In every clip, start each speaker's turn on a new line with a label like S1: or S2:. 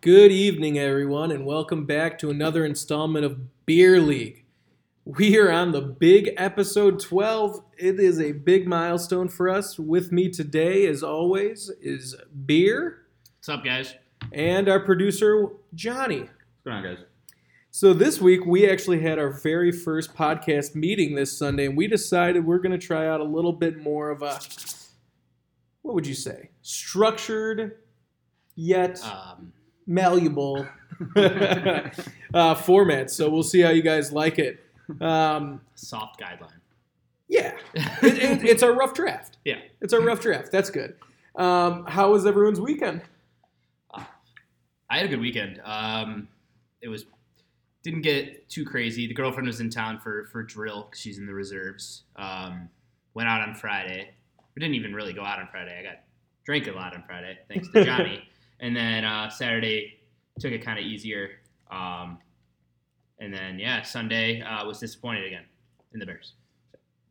S1: Good evening, everyone, and welcome back to another installment of Beer League. We are on the big episode 12. It is a big milestone for us. With me today, as always, is Beer
S2: What's up, guys?
S1: and our producer, Johnny.
S3: What's going on, guys?
S1: So, this week we actually had our very first podcast meeting this Sunday, and we decided we're going to try out a little bit more of a what would you say? Structured yet
S2: Um,
S1: malleable uh, format. So we'll see how you guys like it. Um,
S2: soft guideline.
S1: yeah, it, it, it's our rough draft.
S2: Yeah.
S1: It's our rough draft. That's good. Um, how was everyone's weekend?
S2: I had a good weekend. Um, it was didn't get too crazy. The girlfriend was in town for for drill 'cause she's in the reserves. Um, went out on Friday. We didn't even really go out on Friday. I got drank a lot on Friday thanks to Johnny. and then uh, Saturday took it kind of easier. Um, and then yeah, Sunday uh, was disappointed again in the Bears.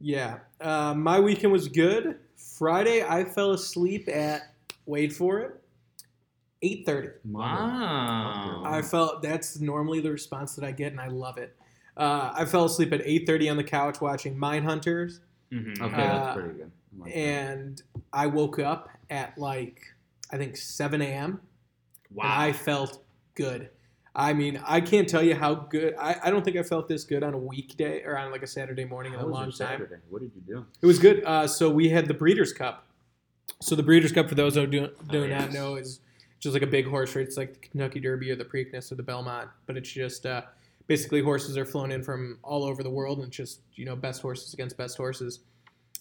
S1: Yeah, uh, my weekend was good. Friday, I fell asleep at wait for it, eight thirty.
S2: Mm-hmm. Wow.
S1: I felt that's normally the response that I get, and I love it. Uh, I fell asleep at eight thirty on the couch watching Mindhunters.
S2: Mhm.
S3: Okay,
S1: Uh,
S3: that's pretty good. I like that.
S1: and I woke up at like I think 7 a.m. and
S2: Wow.
S1: I felt good. I mean, I can't tell you how good. I, I don't think I felt this good on a weekday or on like a Saturday morning in
S3: How
S1: a
S3: was
S1: long
S3: your
S1: time.
S3: Saturday? What did you do?
S1: It was good. Uh, so we had the Breeders' Cup. So the Breeders' Cup, for those who do, do
S2: Oh,
S1: not
S2: yes.
S1: know, is just like a big horse race. It's like the Kentucky Derby or the Preakness or the Belmont, but it's just uh, basically horses are flown in from all over the world, and it's just you know best horses against best horses.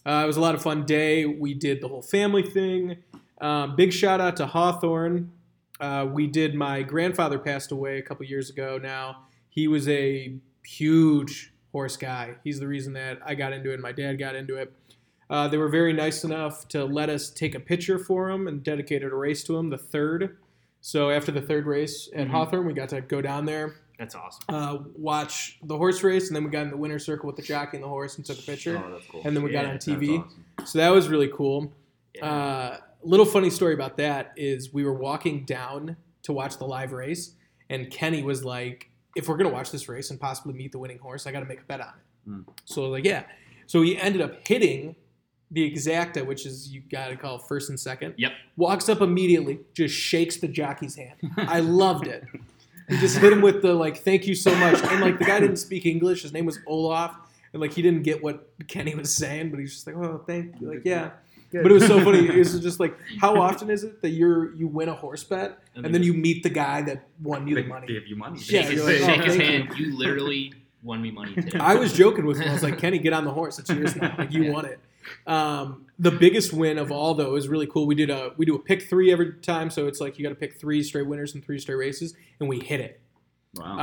S1: Uh, it was a lot of fun day. We did the whole family thing. Um, big shout out to Hawthorne. Uh, we did. My grandfather passed away a couple years ago. Now he was a huge horse guy. He's the reason that I got into it. and My dad got into it. Uh, they were very nice enough to let us take a picture for him and dedicated a race to him, the third. So after the third race at
S3: Mm-hmm.
S2: Mhm.
S1: Hawthorne, we got to go down there,
S2: That's awesome.
S1: uh, watch the horse race, and then we got in the winner's circle with the jockey and the horse and took a picture.
S3: Oh, that's cool.
S1: And then we got
S2: Yeah,
S1: on
S3: That's
S1: TV.
S3: awesome.
S1: So that was really cool.
S2: Yeah.
S1: Uh, little funny story about that is we were walking down to watch the live race, and Kenny was like, "If we're gonna watch this race and possibly meet the winning horse, I got to make a bet on it."
S2: Hmm.
S3: Mm.
S1: So I was like, "Yeah." So he ended up hitting the exacta, which is you got to call first and second.
S2: Yep.
S1: Walks up immediately, just shakes the jockey's hand. I loved it. He just hit him with the like, "Thank you so much," and like the guy didn't speak English. His name was Olaf, and like he didn't get what Kenny was saying, but he's just like, "Oh, thank you." Like, yeah. But it was so funny. It was just like, how often is it that you're you win a horse bet and then you meet the guy that won you the
S3: They
S1: money?
S3: Give you money.
S1: Yeah,
S2: shake his,
S1: you're like, oh,
S2: shake his
S1: thank you.
S2: hand. You. literally won me money today.
S1: I was joking with him. I was like, Kenny, get on the horse. It's yours now. Like you
S2: Yeah.
S1: won it. Um, the biggest win of all though is really cool. We did a we do a pick three every time, so it's like you got to pick three straight winners and three straight races, and we hit it.
S3: Wow.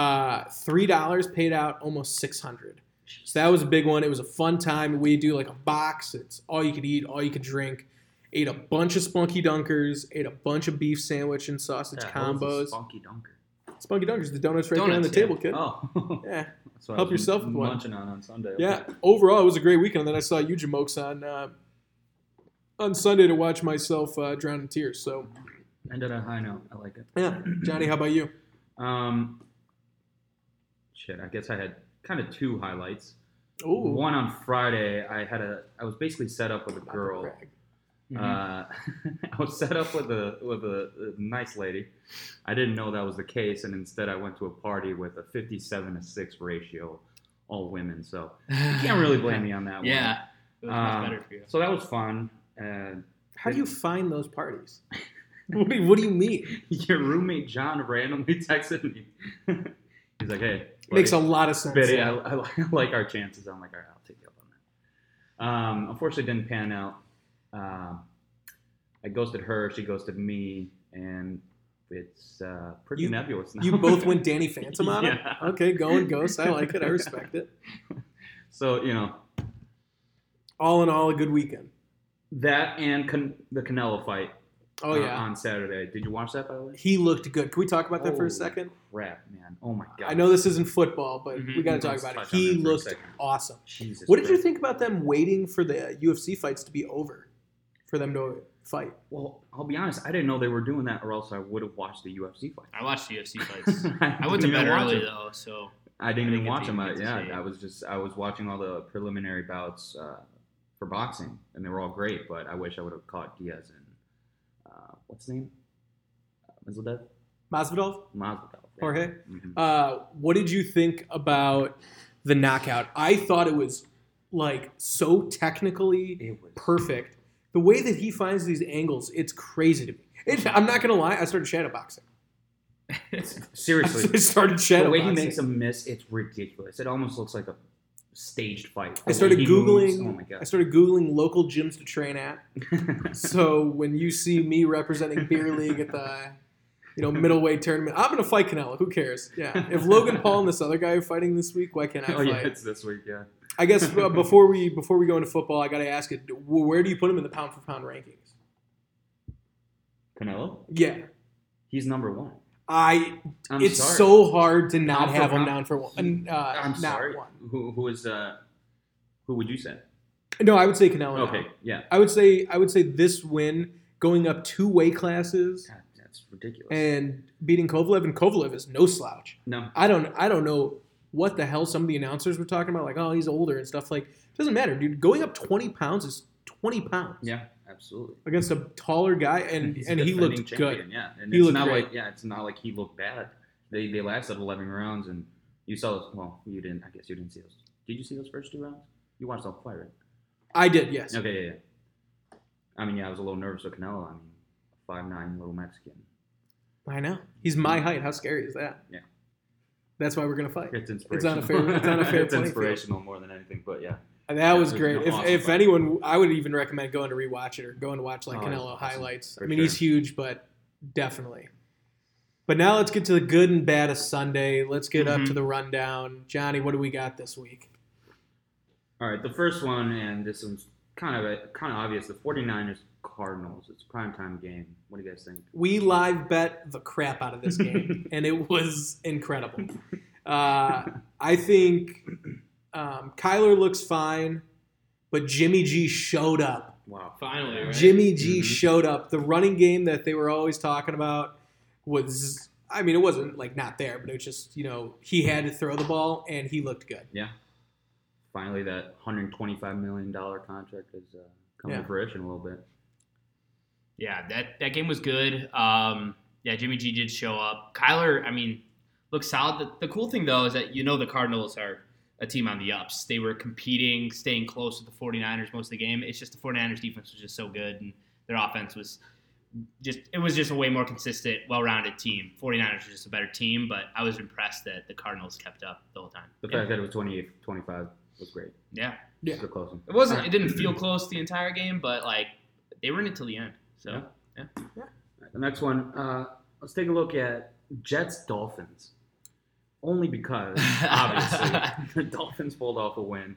S1: Uh, three dollars paid out almost six hundred. So that was a big one. It was a fun time. We do like a box. It's all you could eat, all you could drink. Ate a bunch of Spunky Dunkers. Ate a bunch of beef sandwich and sausage
S2: Yeah,
S1: combos.
S3: Funky dunker.
S1: Spunky Dunkers, the donuts right there on the
S2: Donuts, yeah.
S1: table, kid.
S3: Oh.
S1: Yeah,
S3: That's what I
S1: Help
S3: was
S1: yourself with one.
S3: munching on on Sunday.
S1: yeah. Overall, it was a great weekend. Then I saw you jamokes on uh, on Sunday to watch myself uh, drown in tears. So
S3: Ended on a high note. I like it.
S1: yeah, Johnny, how about you?
S3: Um. Shit. I guess I had kind of two highlights.
S1: Ooh,
S3: One on Friday, I had a. I was basically set up with a girl.
S2: Mm-hmm.
S3: Uh, I was set up with a with a, a nice lady. I didn't know that was the case, and instead I went to a party with a 57 to six ratio, all women. So you can't really blame me on that
S2: Yeah. It was much
S3: Um,
S2: better for you.
S3: one. So that was fun. And
S1: How do you find those parties? what, do you, what do you mean?
S3: your roommate John randomly texted me. He's like, "Hey,
S1: Makes a
S3: buddy,
S1: lot of sense.
S3: Biddy, I, I li- I like our chances." I'm like, "All right, I'll take you up on that." Um, unfortunately, it didn't pan out. Um I ghosted her. She ghosted me, and it's uh, pretty
S1: You-
S3: nebulous now.
S1: You both went Danny Phantom on it?
S3: Yeah.
S1: Okay, going ghost. I like it. I respect it.
S3: So you know
S1: All in all, a good weekend.
S3: that, and Can- the Canelo fight.
S1: Oh
S3: uh,
S1: yeah.
S3: on Saturday. Did you watch that by the way?
S1: He looked good. Can we talk about that for
S3: Oh,
S1: a second?
S3: Crap, man. Oh my god.
S1: I know this isn't football, but
S2: Mhm.
S1: we got to talk
S3: Let's
S1: about it.
S3: touch on
S1: He
S3: that for a
S1: looked
S3: second.
S1: awesome.
S3: Jesus.
S1: What did you
S3: Christ.
S1: think about them waiting for the UFC fights to be over for them to fight.
S3: Well, I'll be honest. I didn't know they were doing that, or else I would have watched the UFC fight.
S2: I watched the UFC fights. I
S3: didn't
S2: went to
S3: even
S2: bed
S3: watch
S2: early
S3: it.
S2: though, so
S3: I
S2: I
S3: didn't even
S2: didn't
S3: watch
S2: get
S3: them.
S2: to-
S3: I,
S2: get to see it.
S3: yeah, I was just I was watching all the preliminary bouts uh, for boxing, and they were all great. But I wish I would have caught Diaz and uh, what's his name, uh, Masvidal.
S1: Masvidal,
S3: Masvidal. yeah.
S1: Jorge.
S3: Mhm.
S1: Uh, what did you think about the knockout? I thought it was like so technically
S3: It was
S1: perfect. The way that he finds these angles, it's crazy to me. It, I'm not gonna lie, I started shadow boxing.
S3: seriously
S1: I started shadow
S3: the way he
S1: boxing.
S3: makes them miss. It's ridiculous. It almost looks like a staged fight. The
S1: I
S3: way
S1: started
S3: he moves,
S1: Googling-
S3: oh my
S1: I
S3: god.
S1: started googling local gyms to train at. so when you see me representing beer league at the you know middleweight tournament, I'm gonna fight Canelo. Who cares? Yeah. If Logan Paul and this other guy are fighting this week, why can't I
S3: oh
S1: fight?
S3: yeah, it's this week. Yeah.
S1: I guess uh, before we before we go into football, I gotta ask it. wh- Where do you put him in the pound for pound rankings?
S3: Canelo.
S1: Yeah,
S3: He's number one.
S1: I.
S3: I'm
S1: it's
S3: sorry.
S1: so hard to not
S3: Pound for
S1: have him
S3: pound?
S1: down for one. Uh,
S3: I'm
S1: not
S3: sorry.
S1: One.
S3: Who who is uh who would you say?
S1: No, I would say Canelo. now.
S3: Okay, yeah.
S1: I would say I would say this win, going up two weight classes
S3: God, that's ridiculous.
S1: and beating Kovalev, and Kovalev is no slouch.
S3: no.
S1: I don't I don't know what the hell some of the announcers were talking about, like oh he's older and stuff. Like doesn't matter, dude. Going up twenty pounds is twenty pounds
S3: Yeah, absolutely.
S1: against a taller guy, and
S3: He's
S1: and he
S3: defending
S1: looked
S3: champion,
S1: good.
S3: Yeah, and
S1: He
S3: it's
S1: looked
S3: not
S1: great.
S3: like yeah, it's not like he looked bad. They they lasted 11 rounds, and you saw those. Well, you didn't. I guess you didn't see those. Did you see those first two rounds? You watched all five, right?
S1: I did, yes.
S3: Okay, yeah, yeah. I mean, yeah, I was a little nervous with Canelo. I mean, five nine little Mexican.
S1: I know he's my height. How scary is that?
S3: Yeah.
S1: That's why we're gonna fight.
S3: It's
S1: on
S3: inspirational.
S1: a fair- it's on a fair
S3: It's
S1: playing field.
S3: inspirational more than anything, but yeah.
S1: And that was
S3: That's
S1: great.
S3: an
S1: If,
S3: awesome
S1: if
S3: fight.
S1: anyone, I would even recommend going to rewatch it or going to watch like
S3: Oh,
S1: Canelo
S3: awesome.
S1: highlights. I
S3: For
S1: mean,
S3: sure.
S1: he's huge, but definitely. But now let's get to the good and bad of Sunday. Let's get up
S2: Mhm.
S3: Mm-hmm.
S1: to the rundown. Johnny, what do we got this week?
S3: All right, the first one, and this one's kind of kind of obvious. The 49ers Cardinals. It's a primetime game. What do you guys think?
S1: We live bet the crap out of this game, and it was incredible. Uh, I think um, Kyler looks fine, but Jimmy G showed up.
S3: Wow.
S2: finally, right?
S1: Jimmy G
S2: Mm-hmm.
S3: Mhm.
S1: showed up. The running game that they were always talking about was I mean, it wasn't like not there, but it was just, you know, he had to throw the ball and he looked good.
S3: Finally, that 125 million dollar contract is uh, coming
S1: Yeah.
S3: to fruition a little bit.
S2: Yeah, that that game was good. Um, yeah, Jimmy G did show up. Kyler, I mean, looks solid. The, the cool thing though is that you know the Cardinals are a team on the ups. They were competing, staying close to the 49ers most of the game. It's just the 49ers defense was just so good and their offense was just it was just a way more consistent, well-rounded team. 49ers were just a better team, but I was impressed that the Cardinals kept up the whole time.
S3: The
S2: Yeah.
S3: fact that it was 28 25 was great.
S2: yeah.
S1: Yeah.
S3: Still close one.
S2: It wasn't it didn't feel close the entire game, but like they were in it till the end. So
S3: Yeah. All right, The next one. Uh, let's take a look at Jets Dolphins. Only because obviously the Dolphins pulled off a win.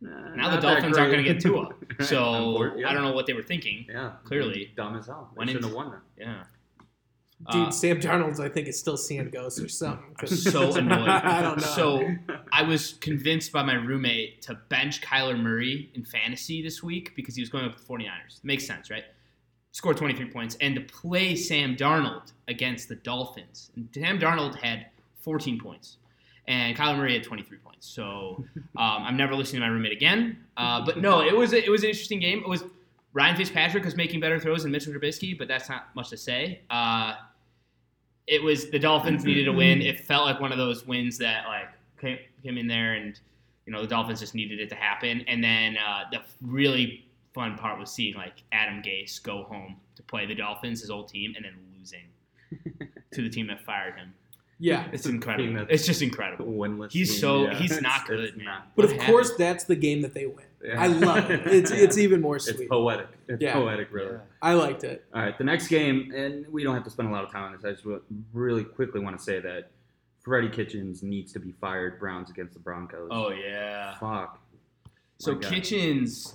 S2: Now the Dolphins aren't going to get Tua. So
S3: Unfor- yeah.
S2: I don't know what they were thinking.
S3: Yeah,
S2: Clearly.
S3: dumb as hell.
S2: When
S3: They
S2: in-
S3: shouldn't have won that.
S2: Yeah.
S1: Dude,
S2: Uh,
S1: Sam Darnold's I think is still seeing ghosts or something.
S2: I'm so annoyed.
S1: I don't know.
S2: So I was convinced by my roommate to bench Kyler Murray in fantasy this week because he was going up to the 49ers. Makes sense, right? Scored 23 points and to play Sam Darnold against the Dolphins. And Sam Darnold had 14 points and Kyler Murray had 23 points. So um, I'm never listening to my roommate again. Uh, but no, it was a, it was an interesting game. It was Ryan Fitzpatrick was making better throws than Mitchell Trubisky, but that's not much to say. Uh, it was the Dolphins needed a win. It felt like one of those wins that like came, came in there, and you know the Dolphins just needed it to happen. And then uh, the really fun part was seeing like Adam Gase go home to play the Dolphins, his old team, and then losing to the team that fired him.
S1: yeah.
S2: It's
S3: The team
S2: incredible.
S3: that's-
S2: It's just incredible.
S3: winless.
S2: He's
S3: team,
S2: so-
S3: yeah.
S2: he's
S3: It's-
S2: not good,
S3: it's
S2: man.
S3: not.
S1: But
S2: What
S1: of
S2: happened?
S1: course that's the game that they win.
S3: Yeah.
S1: I love it. It's it's even more
S3: It's
S1: sweet.
S3: poetic. It's
S1: Yeah.
S3: poetic, really.
S1: I liked it.
S3: All right, the next game, and we don't have to spend a lot of time on this. I just wa- really quickly want to say that Freddie Kitchens needs to be fired. Browns against the Broncos.
S2: Oh yeah.
S3: fuck.
S2: So
S3: My God.
S2: Kitchens,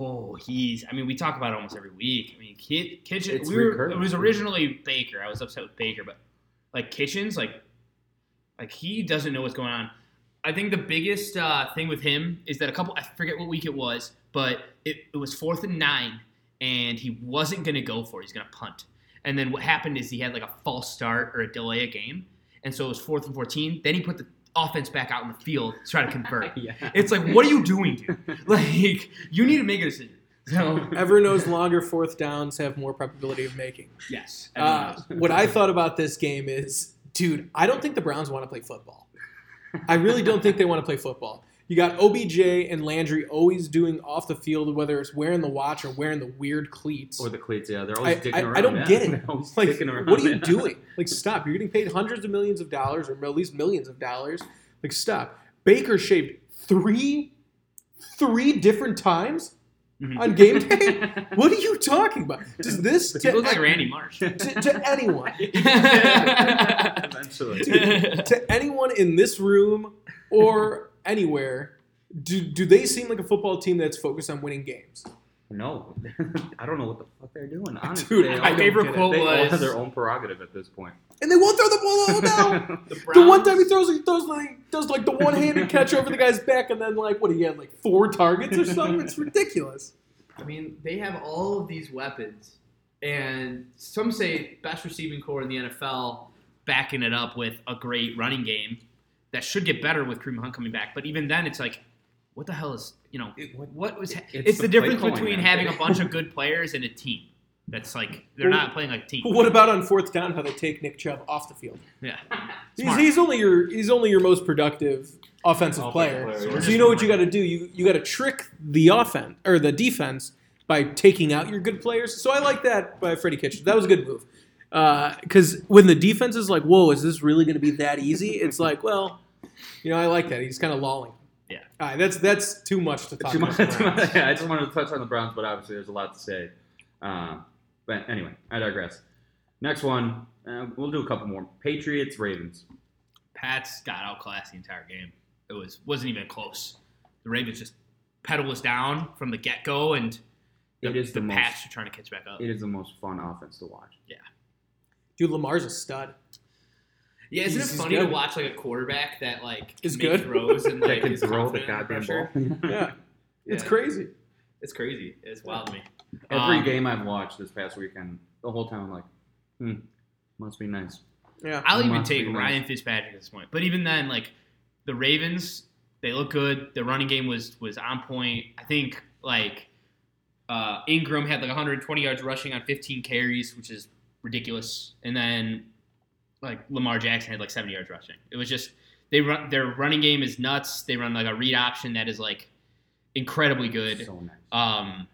S2: oh, he's. I mean, we talk about it almost every week. I mean, Ki- Kitchen.
S3: It's
S2: we were,
S3: recurring.
S2: It was originally Baker. I was upset with Baker, but like Kitchens, like, like he doesn't know what's going on. I think the biggest uh, thing with him is that a couple. I forget what week it was, but it, it was fourth and nine, and he wasn't going to go for it. He's going to punt. And then what happened is he had like a false start or a delay a game. And so it was fourth and 14. Then he put the offense back out in the field to try to convert.
S3: yeah.
S2: It's like, what are you doing, dude? Like, you need to make a decision. So,
S1: Everyone knows longer fourth downs have more probability of making.
S2: yes. everyone
S1: Uh,
S2: knows.
S1: what I thought about this game is, dude, I don't think the Browns want to play football. I really don't think they want to play football. You got OBJ and Landry always doing off the field, whether it's wearing the watch or wearing the weird cleats.
S3: Or the cleats, yeah. They're always
S1: I-
S3: dicking
S1: I- I
S3: around.
S1: don't
S3: yeah.
S1: get it.
S3: They're always
S1: like,
S3: dicking around,
S1: what are you
S3: yeah.
S1: doing? Like, stop. You're getting paid hundreds of millions of dollars, or at least millions of dollars. Like, stop. Baker shaved three, three different times
S2: Mhm.
S1: on game day. what are you talking about? Does this
S2: He
S1: to,
S2: looked like Randy Marsh.
S1: to, to anyone?
S3: Eventually.
S1: to anyone in this room or anywhere, do, do they seem like a football team that's focused on winning games?
S3: No, I don't know what the fuck they're doing. Honestly,
S1: Dude,
S3: They
S1: I
S3: all-
S2: My
S1: don't
S2: favorite
S1: get it.
S2: quote
S3: they all have
S2: was
S3: their own prerogative at this point.
S1: And they won't throw the ball all down. The one time he throws, he throws like does like the one handed catch over the guy's back, and then like what he had like four targets or something. It's ridiculous.
S4: I mean, they have all of these weapons, and some say best receiving core in the NFL.
S2: backing it up with a great running game that should get better with Kareem Hunt coming back. But even then, it's like, what the hell is you know
S3: It-
S2: what was? ha-
S3: it's
S2: It's, the,
S3: the play
S2: difference
S3: calling,
S2: between
S3: man.
S2: having a bunch of good players and a team that's like they're not playing like a team.
S1: But what about on fourth down? How they take Nick Chubb off the field?
S2: Yeah,
S1: He's,
S2: Smart.
S1: he's only your he's only your most productive offensive
S3: Offensive
S1: player.
S3: player,
S2: yeah.
S1: So you know what you got to do. You you got to trick the offense or the defense by taking out your good players. So I like that by Freddie Kitchens. That was a good move. Because when the defense is like, "Whoa, is this really going to be that easy?" It's like, well, you know, I like that. He's kind of lolling.
S2: Yeah.
S1: All right, that's that's too much to talk
S3: Too much-
S1: about.
S3: too much- yeah, I just wanted to touch on the Browns, but obviously there's a lot to say. Um, but anyway, I digress. Next one, uh, we'll do a couple more. Patriots, Ravens.
S2: Pats got outclassed the entire game. It was wasn't even close. The Ravens just pedal us down from the get go, and the,
S3: It is
S2: the,
S3: the most-
S2: Pats are trying to catch back up.
S3: It is the most fun offense to watch.
S1: Dude, Lamar's a stud.
S2: Yeah, isn't it
S1: He's- he's
S2: funny
S1: good.
S2: to watch like a quarterback that like
S1: Is
S2: make
S1: good.
S2: throws and
S3: That
S2: like
S3: can
S2: is
S3: throw the
S2: confident under
S3: goddamn
S2: pressure?
S3: ball.
S1: Yeah, it's
S2: Yeah.
S1: crazy.
S2: It's crazy. It's wild to me.
S3: Every
S2: Um,
S3: game I've watched this past weekend, the whole time I'm like, hmm, must be nice.
S1: Yeah,
S2: I'll even
S3: Must
S2: take
S3: be nice.
S2: Ryan Fitzpatrick at this point. But even then, like the Ravens, they look good. The running game was was on point. I think like uh, Ingram had like 120 yards rushing on 15 carries, which is ridiculous. And then like Lamar Jackson had like 70 yards rushing. It was just they run their running game is nuts. They run like a read option that is like incredibly good.
S3: So nice.
S2: Um,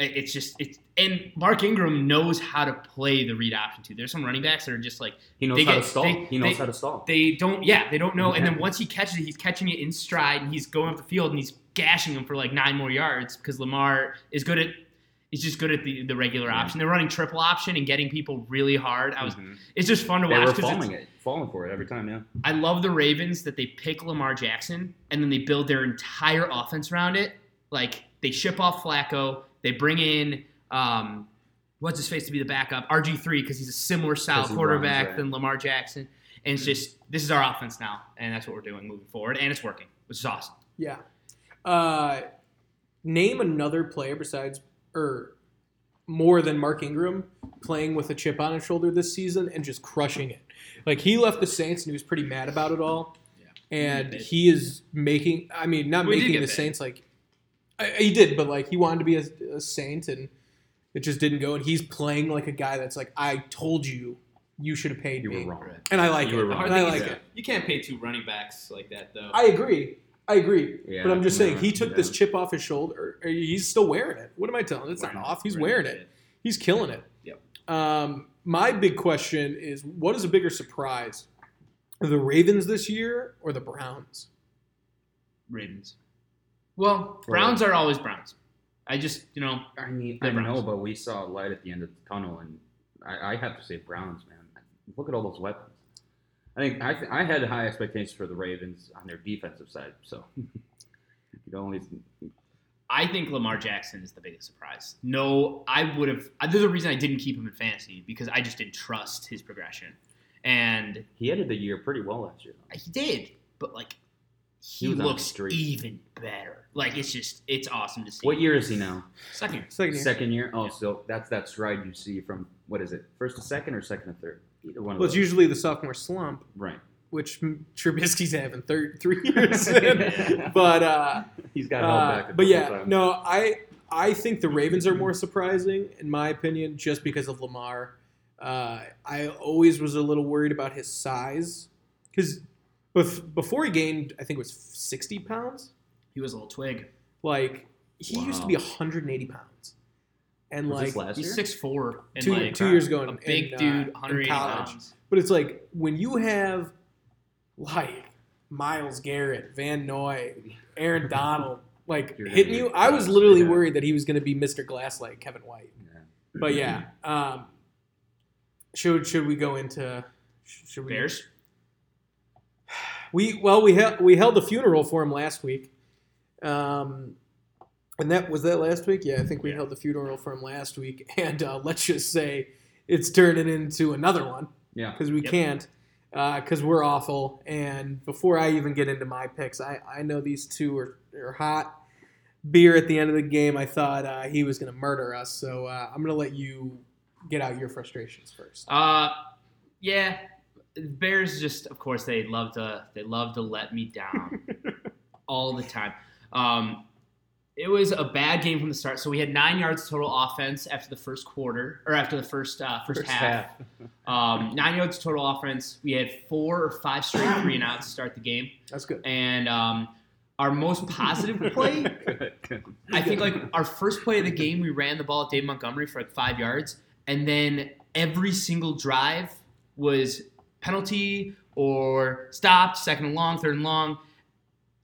S2: it- it's just it's and Mark Ingram knows how to play the read option too. There's some running backs that are just like
S3: He knows
S2: they
S3: how
S2: get-
S3: to stall.
S2: they-
S3: he knows
S2: they-
S3: how to stall.
S2: they don't yeah they don't know and then
S3: Yeah.
S2: once he catches it he's catching it in stride and he's going up the field and he's gashing him for like nine more yards because Lamar is good at he's just good at the, the regular
S3: Yeah.
S2: option. They're running triple option and getting people really hard. I was
S3: Mhm.
S2: it's just fun to
S3: They
S2: watch
S3: were
S2: 'cause it's-
S3: falling it, falling for it every time. Yeah.
S2: I love the Ravens that they pick Lamar Jackson and then they build their entire offense around it. Like they ship off Flacco, they bring in um, what's his face to be the backup RG three because he's a similar style
S3: 'Cause he
S2: quarterback
S3: runs, right.
S2: than Lamar Jackson, and it's just this is our offense now, and that's what we're doing moving forward, and it's working, which is awesome.
S1: yeah. Uh, name another player besides or more than Mark Ingram playing with a chip on his shoulder this season and just crushing it. Like he left the Saints and he was pretty mad about it all.
S2: Yeah.
S1: And
S2: He did.
S1: he is making. I mean, not
S2: Well, he did
S1: making
S2: get
S1: the
S2: paid.
S1: Saints like I, he did, but like he wanted to be a, a Saint and it just didn't go. And he's playing like a guy that's like, I told you, you should have paid
S3: You
S1: me.
S3: were wrong.
S1: And I like
S3: You
S1: it.
S3: were wrong.
S1: And I like it.
S4: You can't pay two running backs like that, though.
S1: I agree. I agree.
S3: Yeah,
S1: but I'm just
S3: no,
S1: saying, he took
S3: yeah.
S1: this chip off his shoulder. Or he's still wearing it. What am I telling? It's not
S3: Wearing it,
S1: off. He's
S3: wearing
S1: wearing it. He's killing it.
S4: Yep.
S1: Um, my big question is, what is a bigger surprise, the Ravens this year or the Browns?
S2: Ravens. Well, Browns are always Browns. I just you know
S3: I mean,
S2: The
S3: I
S2: Browns.
S3: know, but we saw a light at the end of the tunnel, and I, I have to say, Browns, man. Look at all those weapons. I think I, I had high expectations for the Ravens on their defensive side, so you could only
S2: I think Lamar Jackson is the biggest surprise. No, I would have. I- There's a reason I didn't keep him in fantasy because I just didn't trust his progression, and
S3: he ended the year pretty well last year.
S2: he did. But like, he
S3: was on the
S2: looks
S3: street.
S2: even better. Like it's just it's awesome to see.
S3: What year is he now?
S2: Second.
S1: Second year.
S3: Second year. Oh, so that's that stride you see from what is it? First to second or second to third? Either one.
S1: Well,
S3: of
S1: it's
S3: those.
S1: usually the sophomore slump,
S3: right.
S1: which mm, Trubisky's having thir- three years in. But uh,
S3: He's got held
S1: uh,
S3: back. a
S1: but
S3: couple
S1: yeah,
S3: times.
S1: no, I I think the Ravens are more surprising in my opinion, just because of Lamar. Uh, I always was a little worried about his size because bef- before he gained, I think it was 60 pounds.
S2: He was a little twig.
S1: Like he used to
S3: Wow.
S1: be 180 pounds, and
S3: Was
S1: like
S3: this last
S2: He's
S3: year?
S2: six four and
S1: two,
S2: like
S1: two years ago, in,
S2: a big
S1: in, uh,
S2: dude,
S1: in
S2: 180
S1: college.
S2: pounds.
S1: But it's like when you have like Miles Garrett, Van Noy, Aaron Donald, like
S3: You're
S1: hitting
S3: gonna
S1: you.
S3: be
S1: I was
S3: fast,
S1: literally
S3: yeah.
S1: worried that he was going to be Mr. Glass like Kevin White. But yeah, um, should should we go into should we
S2: Bears.
S1: we well we held we held a funeral for him last week, um, and that was that last week. Yeah, I think we
S2: Yeah.
S1: held the funeral for him last week, and uh, let's just say it's turning into another one
S3: Yeah.
S1: because we
S2: Yep.
S1: can't because we're awful. And before I even get into my picks, I, I know these two are, are hot. Beer at the end of the game, I thought uh, he was going to murder us. So uh, I'm going to let you get out your frustrations first.
S2: Uh, yeah. Bears just, of course, they love to they love to let me down all the time. Um, it was a bad game from the start. So we had nine yards total offense after the first quarter or after the first uh, first, half. Um, nine yards total offense. We had four or five straight three and outs to start the game,
S1: That's good.
S2: and um, our most positive play
S3: Good, good.
S2: I think like our first play of the game, we ran the ball at Dave Montgomery for like five yards, and then every single drive was penalty or stopped, second and long, third and long.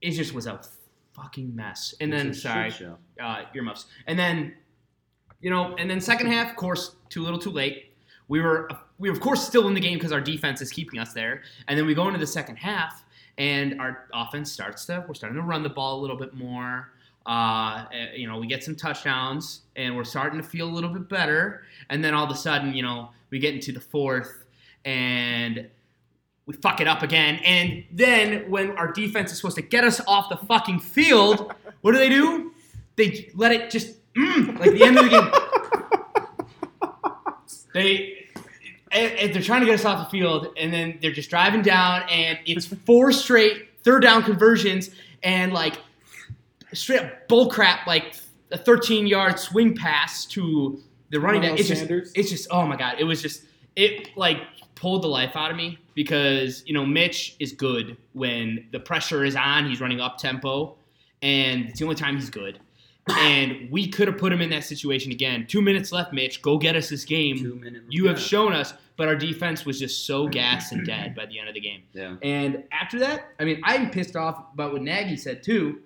S2: It just was a fucking mess. And then
S3: It's a shit
S2: sorry,
S3: show.
S2: uh, earmuffs. And then, you know, and then second half, of course, too little, too late. We were, we were of course still in the game because our defense is keeping us there. And then we go into the second half, and our offense starts to we're starting to run the ball a little bit more. Uh, eh, you know, we get some touchdowns, and we're starting to feel a little bit better. And then all of a sudden, you know, we get into the fourth, and we fuck it up again. And then when our defense is supposed to get us off the fucking field, what do they do? They let it just mm, like the end of the game. They and- and they're trying to get us off the field, and then they're just driving down, and it's four straight third down conversions, and like straight up bull crap, like a 13 yard swing pass to the running back.
S1: Miles
S2: It's just
S1: Sanders?
S2: it's just oh my god, it was just it like pulled the life out of me because you know Mitch is good when the pressure is on. He's running up tempo, and it's the only time he's good. And we could have put him in that situation again. Two minutes left, Mitch. Go get us this game.
S3: Two minute.
S2: You have
S3: yeah.
S2: shown us, but our defense was just so gassed and dead by the end of the game.
S3: Yeah.
S2: And after that, I mean, I'm pissed off about what Nagy said too.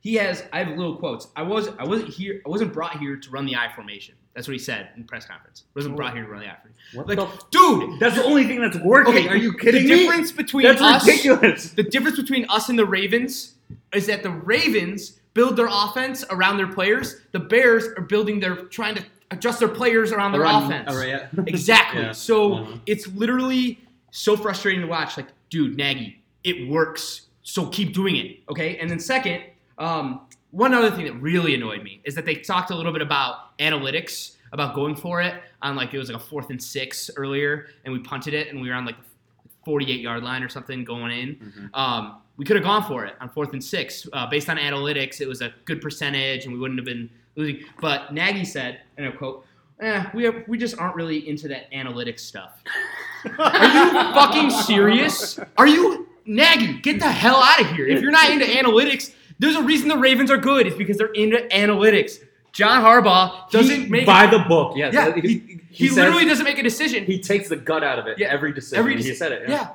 S2: He has I have little quotes. I was I wasn't here I wasn't brought here to run the I formation. That's what he said in press conference. wasn't brought here to run the I formation.
S3: What
S2: Like,
S3: the
S2: dude,
S3: That's the only thing that's working.
S2: Okay,
S3: Are you kidding
S2: the
S3: me?
S2: difference between
S3: That's
S2: us
S3: ridiculous.
S2: the difference between us and the Ravens is that the Ravens build their offense around their players. The Bears are building their trying to adjust their players around their
S3: Around-
S2: offense.
S3: around-
S2: Exactly.
S3: Yeah.
S2: So
S3: Uh-huh.
S2: it's literally so frustrating to watch. Like, dude, Nagy, it works. So keep doing it. Okay. And then second, um, one other thing that really annoyed me is that they talked a little bit about analytics, about going for it on like it was like a fourth and six earlier, and we punted it, and we were on like the 48 yard line or something going in.
S3: Mhm.
S2: Um, we could have gone for it on fourth and six. Uh, based on analytics, it was a good percentage, and we wouldn't have been losing. But Nagy said, and I quote, eh, "We have, we just aren't really into that analytics stuff." Are you fucking serious? Are you Nagy? Get the hell out of here! If you're not into analytics, there's a reason the Ravens are good. It's because they're into analytics. John Harbaugh doesn't
S3: He-
S2: make
S3: by the book. Yes.
S2: Yeah,
S3: He, he,
S2: he,
S3: says-
S2: literally doesn't make a decision.
S3: he takes the gut out of it.
S2: Yeah,
S3: every decision.
S2: every
S3: he
S2: deci-
S3: said it.
S2: Yeah,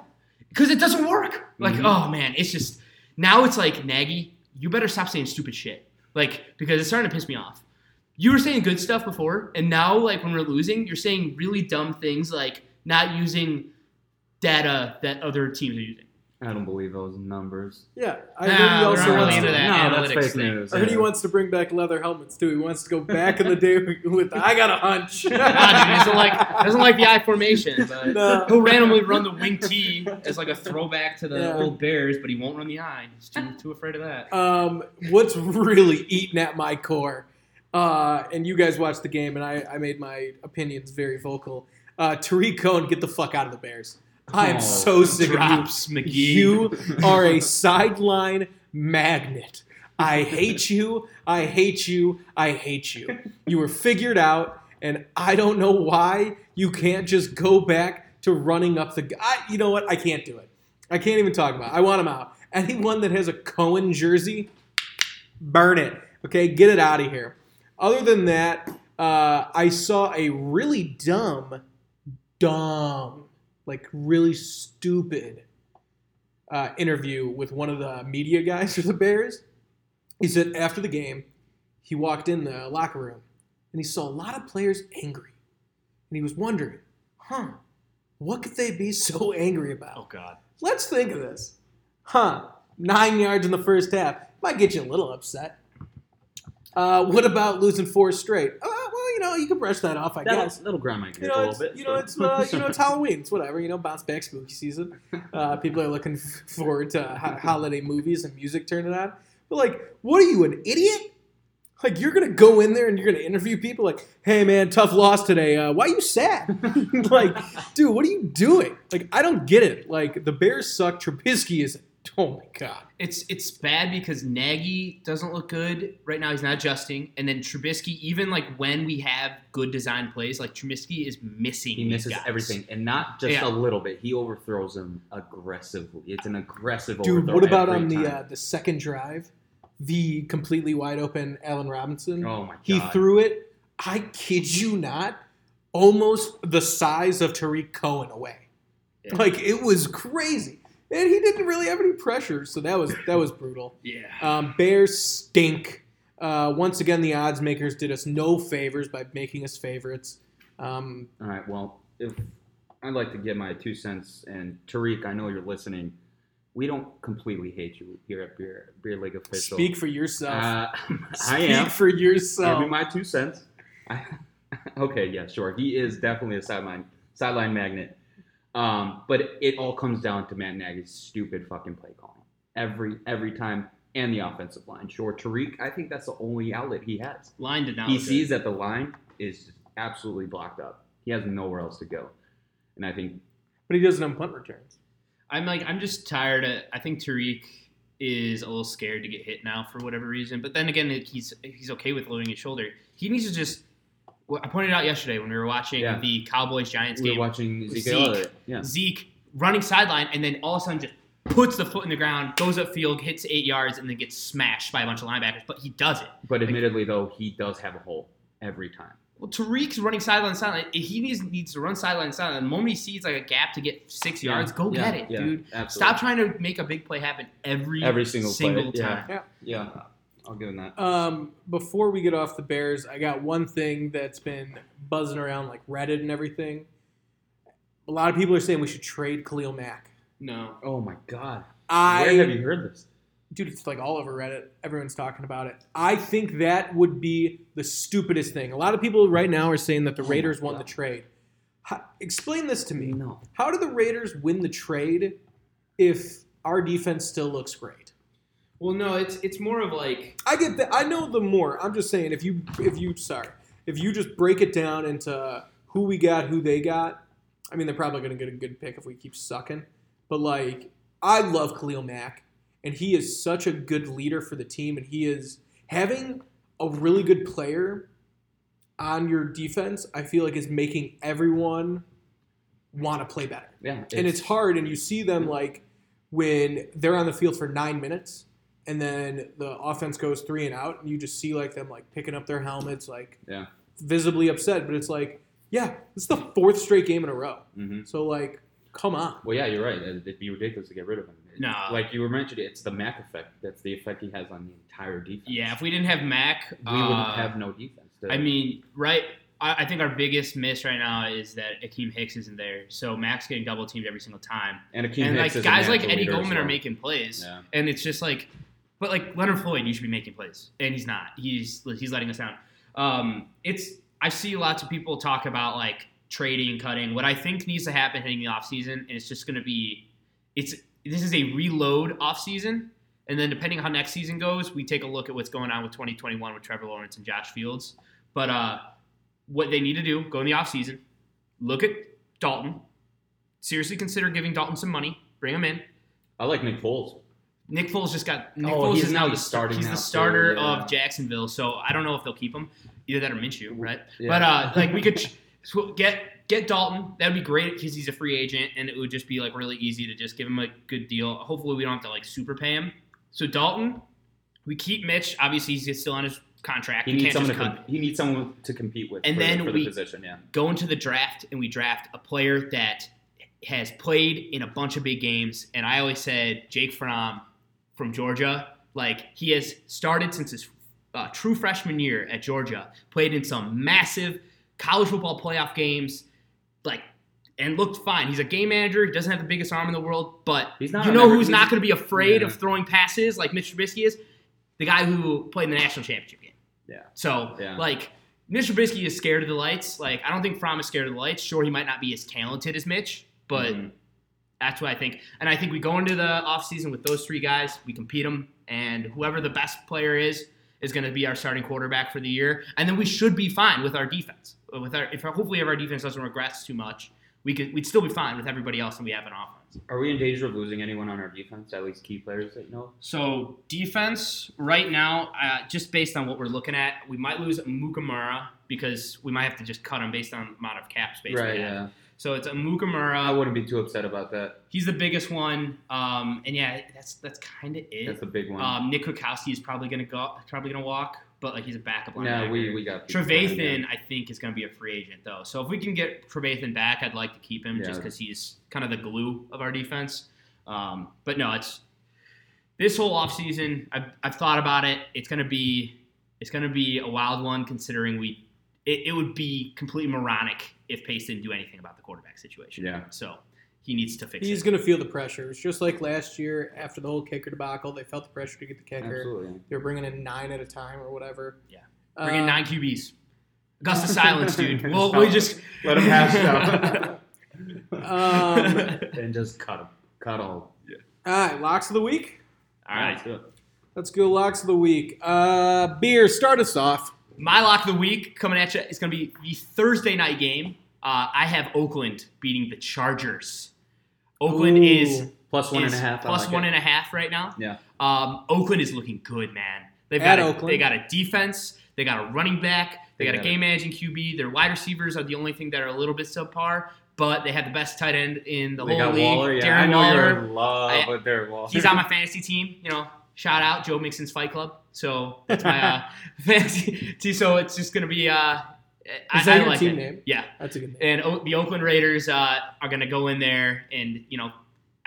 S2: because it doesn't work. Like,
S1: Mm-hmm.
S3: Mhm.
S2: oh man, it's just now it's like Nagy, you better stop saying stupid shit. Like, because it's starting to piss me off. You were saying good stuff before, and now like when we're losing, you're saying really dumb things like not using data that other teams are using.
S3: I don't believe those numbers.
S1: Yeah, I
S2: Nah,
S1: heard he
S2: we're
S1: also wants
S2: not really into
S1: to,
S2: that
S3: no, that's
S2: analytics
S3: fake
S2: thing.
S3: news.
S1: I heard he
S3: yeah.
S1: wants to bring back leather helmets too. He wants to go back in the day with the, I got a hunch.
S2: God, dude, doesn't like doesn't like the I formation, but
S1: No.
S2: he'll randomly run the wing T as like a throwback to the
S1: Yeah.
S2: old Bears, but he won't run the I. He's too, too afraid of that.
S1: Um, what's really eating at my core, uh, and you guys watched the game, and I, I made my opinions very vocal. Uh, Tariq Cohen, get the fuck out of the Bears. I am
S3: Oh,
S1: so sick of
S2: Drops
S1: you.
S2: McGee.
S1: You are a sideline magnet. I hate you. I hate you. I hate you. You were figured out, and I don't know why you can't just go back to running up the. I, you know what? I can't do it. I can't even talk about. It. I want him out. Anyone that has a Cohen jersey, burn it. Okay, get it out of here. Other than that, uh, I saw a really dumb, dumb, like really stupid uh, interview with one of the media guys for the Bears. He said after the game, he walked in the locker room and he saw a lot of players angry, and he was wondering, huh, what could they be so angry about?
S2: Oh God.
S1: Let's think of this. Huh. Nine yards in the first half. Might get you a little upset. Uh, what about losing four straight? Uh, well, you know, you can brush that off, I
S3: That'll,
S1: guess.
S3: that'll grind my gears
S1: You
S3: a
S1: know,
S3: little
S1: it's,
S3: bit.
S1: you know,
S3: so.
S1: it's uh, you know, it's Halloween. It's whatever. You know, bounce back, spooky season. Uh, people are looking forward to ho- holiday movies and music turning on. But like, what are you, an idiot? Like, you're gonna go in there and you're gonna interview people. Like, hey man, tough loss today. Uh, why you sad? like, dude, what are you doing? Like, I don't get it. Like, the Bears suck. Trubisky is. Oh my god.
S2: It's it's bad because Nagy doesn't look good right now. He's not adjusting, and then Trubisky, even like when we have good design plays, like Trubisky is missing.
S3: he
S2: these
S3: misses
S2: guys.
S3: everything, and not just
S2: Yeah.
S3: a little bit. He overthrows him aggressively. It's an aggressive
S1: Dude,
S3: overthrow
S1: what about
S3: every
S1: on the
S3: time.
S1: uh, the second drive, the completely wide open Allen Robinson?
S3: oh my god!
S1: He threw it, I kid you not, almost the size of Tariq Cohen away.
S2: Yeah.
S1: Like it was crazy. And he didn't really have any pressure, so that was that was brutal.
S2: Yeah.
S1: Um, Bears stink. Uh, once again, the odds makers did us no favors by making us favorites. Um,
S3: All right. Well, if I'd like to get my two cents, and Tariq, I know you're listening. We don't completely hate you here at Beer Beer League official.
S1: speak for yourself.
S3: Uh,
S1: speak
S3: I am.
S1: for
S3: Give me
S1: yourself.
S3: my two cents. I, okay. Yeah. Sure. He is definitely a sideline sideline magnet. Um, but it all comes down to Matt Nagy's stupid fucking play calling every every time, and the offensive line. Sure, Tariq. I think that's the only outlet he has.
S2: Line did not.
S3: he
S2: look good.
S3: sees that the line is absolutely blocked up. He has nowhere else to go. And I think
S1: But he doesn't on punt returns.
S2: I'm like I'm just tired. Of, I think Tariq is a little scared to get hit now for whatever reason. But then again, it- he's he's okay with loading his shoulder. He needs to just. well, I pointed out yesterday when we were watching
S3: Yeah.
S2: the Cowboys Giants
S3: we
S2: game.
S3: were watching
S2: Zeke.
S3: Ezekiel Elliott. Yeah.
S2: Zeke running sideline and then all of a sudden just puts the foot in the ground, goes upfield, hits eight yards, and then gets smashed by a bunch of linebackers. But he does it.
S3: But admittedly, though, he does have a hole every time.
S2: Well, Tariq's running sideline sideline. He needs needs to run sideline sideline. The moment he sees like a gap to get six yards, go
S3: Yeah,
S2: get it,
S3: yeah,
S2: dude.
S3: Absolutely.
S2: Stop trying to make a big play happen every
S3: Every single play, yeah.
S2: time.
S3: Yeah. I'll give him that.
S1: Um, before we get off the Bears, I got one thing that's been buzzing around like Reddit and everything. A lot of people are saying we should trade Khalil Mack.
S2: No.
S3: Oh my God. Where have
S1: I
S3: you heard this?
S1: dude, it's like all over Reddit. Everyone's talking about it. I think that would be the stupidest thing. A lot of people right now are saying that the
S3: Oh my
S1: Raiders won the
S3: God.
S1: trade. How, explain this to me.
S3: No.
S1: How do the Raiders win the trade if our defense still looks great?
S4: Well, no, it's it's more of like
S1: I get that. I know the more. I'm just saying if you if you sorry if you just break it down into who we got, who they got. I mean, they're probably going to get a good pick if we keep sucking. But like, I love Khalil Mack, and he is such a good leader for the team, and he is having a really good player on your defense. I feel like is making everyone want to play better
S3: Yeah.
S1: and it's hard and you see them like when they're on the field for nine minutes and then the offense goes three and out and you just see like them like picking up their helmets like
S3: Yeah.
S1: visibly upset but it's like yeah this is the fourth straight game in a row
S3: Mhm.
S1: so like come on
S3: Well, yeah, you're right. It'd be ridiculous to get rid of him.
S2: No.
S3: Like you were mentioning, it's the Mac effect. That's the effect he has on the entire defense.
S2: Yeah, if we didn't have Mac,
S3: we
S2: uh,
S3: wouldn't have no defense. to-
S2: I mean, right I, I think our biggest miss right now is that Akeem Hicks isn't there. So Max getting double teamed every single time,
S3: And, Akeem
S2: and like
S3: Hicks is a
S2: guys like
S3: natural
S2: Eddie
S3: leader as
S2: Goldman are
S3: well.
S2: making plays,
S3: Yeah.
S2: and it's just like, but like Leonard Floyd, you should be making plays, and he's not. He's he's letting us down. Um, it's I see lots of people talk about like trading and cutting. What I think needs to happen hitting the offseason, and it's just going to be, it's this is a reload offseason. And then depending on how next season goes, we take a look at what's going on with 2021 with Trevor Lawrence and Josh Fields. But uh, what they need to do, go in the offseason, look at Dalton, seriously consider giving Dalton some money, bring him in.
S3: I like Nick Foles.
S2: Nick Foles just got Nick
S3: Oh,
S2: Foles
S3: he's
S2: is
S3: now
S2: now the
S3: the starting
S2: He's
S3: now,
S2: the
S3: too,
S2: starter
S3: yeah.
S2: of Jacksonville, so I don't know if they'll keep him. Either that or Minshew, right?
S3: Yeah.
S2: But uh, like we could ch- so get get Dalton. That would be great because he's a free agent, and it would just be like really easy to just give him a good deal. Hopefully, we don't have to like super pay him. So Dalton, we keep Mitch. Obviously, he's still on his contract.
S3: He
S2: we
S3: needs
S2: can't
S3: someone
S2: just
S3: to
S2: cut.
S3: com- he needs someone to compete with
S2: And
S3: for,
S2: then
S3: for
S2: we-
S3: the position. Yeah,
S2: go into the draft and we draft a player that has played in a bunch of big games. And I always said Jake Fromm from Georgia, like he has started since his uh, true freshman year at Georgia, played in some massive college football playoff games, like and looked fine. He's a game manager. He doesn't have the biggest arm in the world, but
S3: He's not
S2: you
S3: a
S2: know
S3: member-
S2: who's
S3: he's-
S2: not going to be afraid
S3: Yeah.
S2: of throwing passes like Mitch Trubisky is? The guy who played in the national championship game.
S3: Yeah.
S2: So
S3: Yeah.
S2: like Mitch Trubisky is scared of the lights. Like I don't think Fromm is scared of the lights. Sure, he might not be as talented as Mitch, but
S3: Mhm.
S2: that's what I think. And I think we go into the offseason with those three guys. We compete them, and whoever the best player is is going to be our starting quarterback for the year. And then we should be fine with our defense. With our, if hopefully if our defense doesn't regress too much, we could we'd still be fine with everybody else that we have in offense.
S3: are we in danger of losing anyone on our defense? At least key players that you know. of?
S2: So defense right now, uh, just based on what we're looking at, we might lose Mukamura because we might have to just cut him based on amount of cap space.
S3: Right.
S2: we have.
S3: Yeah.
S2: So it's a
S3: I
S2: Mukamura.
S3: wouldn't be too upset about that.
S2: He's the biggest one, um, and yeah, that's that's kind of it.
S3: That's a big one.
S2: Um, Nick Kukowski is probably gonna go, probably gonna walk, but like he's a backup linebacker.
S3: no, we, we got people
S2: Trevathan,
S3: playing, yeah.
S2: I think, is gonna be a free agent though. So if we can get Trevathan back, I'd like to keep him just
S3: Yeah.
S2: because he's kind of the glue of our defense. Um, but no, it's this whole offseason, I've I've thought about it. It's gonna be it's gonna be a wild one considering we. It, it would be completely moronic if Pace didn't do anything about the quarterback situation.
S3: Yeah.
S2: So he needs to fix
S1: He's
S2: it.
S1: going to feel the pressure. It's just like last year after the whole kicker debacle. They felt the pressure to get the kicker.
S3: Absolutely.
S1: They were bringing in nine at a time or whatever.
S2: Yeah. Bring in
S1: Uh,
S2: nine QBs. Augustus Silence, dude. We'll, we just
S3: Let him hash it out
S1: Um,
S3: and just cut him. Cut all.
S1: all right, locks of the week.
S2: All right.
S1: Let's go locks of the week. Uh, beer, start us off.
S2: My lock of the week coming at you is going to be the Thursday night game. Uh, I have Oakland beating the Chargers. Oakland
S1: Ooh.
S2: is,
S3: Plus one and
S2: is
S3: a half. I
S2: plus
S3: like
S2: one
S3: it.
S2: and a half right now.
S3: Yeah.
S2: Um, Oakland is looking good, man. They've
S1: At
S2: got a,
S1: Oakland.
S2: they got a defense. They got a running back. They,
S3: They
S2: got a
S3: got
S2: game managing QB. Their wide receivers are the only thing that are a little bit subpar, but they have the best tight end in the
S3: They
S2: whole
S3: got
S2: league.
S3: Waller. Yeah, I
S2: Darren
S3: know
S2: Waller.
S3: you're in love
S2: I-
S3: with Darren Waller.
S2: He's on my fantasy team. You know, shout out Joe Mixon's Fight Club. So that's my uh, fantasy. Team. So it's just gonna be. Uh, I,
S1: Is that
S2: I
S1: your
S2: like
S1: team
S2: it.
S1: name?
S2: Yeah,
S1: That's a good name.
S2: and o- the Oakland Raiders uh, are gonna go in there and you know,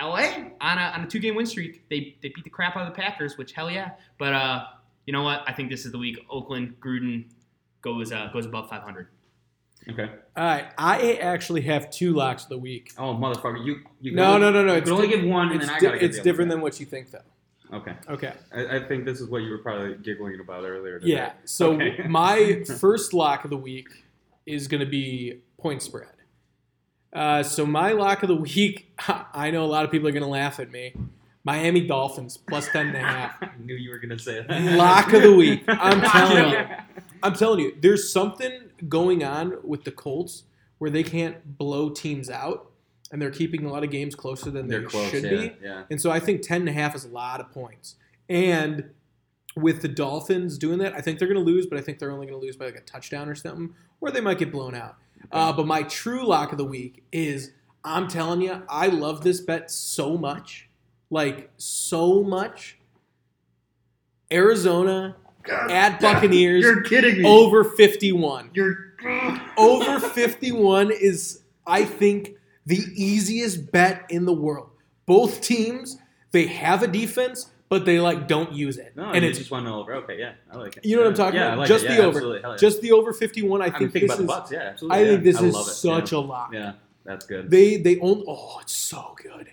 S2: L.A. on a, on a two game win streak. They they beat the crap out of the Packers, which hell yeah. But uh, you know what? I think this is the week Oakland Gruden goes uh, goes above 500.
S3: Okay.
S1: All right, I actually have two locks of the week.
S3: Oh motherfucker, you you
S1: No,
S3: could-
S1: no, no, no,
S3: You
S1: it's
S3: could only
S1: di-
S3: give one, and
S1: It's,
S3: then I
S1: di-
S3: gotta give
S1: it's
S3: the other
S1: different
S3: one.
S1: than what you think, though.
S3: Okay.
S1: Okay.
S3: I, I think this is what you were probably giggling about earlier. Today.
S1: Yeah. So
S3: Okay.
S1: my first lock of the week is going to be point spread. Uh, so my lock of the week, I know a lot of people are going to laugh at me. Miami Dolphins plus ten and a half.
S3: I knew you were gonna say that.
S1: Lock of the week. I'm
S2: Lock
S1: telling
S2: it
S1: you. I'm telling you. There's something going on with the Colts where they can't blow teams out, and they're keeping a lot of games closer than
S3: They're
S1: they
S3: close.
S1: should
S3: yeah,
S1: be.
S3: yeah.
S1: And so I think 10 and a half is a lot of points. And with the Dolphins doing that, I think they're going to lose, but I think they're only going to lose by like a touchdown or something, or they might get blown out. Uh, but my true lock of the week is I'm telling you, I love this bet so much. Like, so much. Arizona at Buccaneers
S3: kidding
S1: over 51
S3: You're.
S1: over 51 is i think the easiest bet in the world both teams they have a defense but they like don't use it.
S3: No,
S1: and
S3: you
S1: it's
S3: just want an over. Okay, yeah, I like it.
S1: You know what I'm
S3: Yeah,
S1: talking
S3: yeah,
S1: about?
S3: I like
S1: Just
S3: it.
S1: the
S3: yeah,
S1: over.
S3: Absolutely. Hell yeah.
S1: just the over 51. I
S3: I am
S1: think
S3: thinking
S1: this
S3: about the
S1: is
S3: Bucks. Yeah, absolutely.
S1: I think
S3: yeah.
S1: this
S3: love it,
S1: is such a lock.
S3: Yeah. yeah, that's good.
S1: They they own oh it's so good.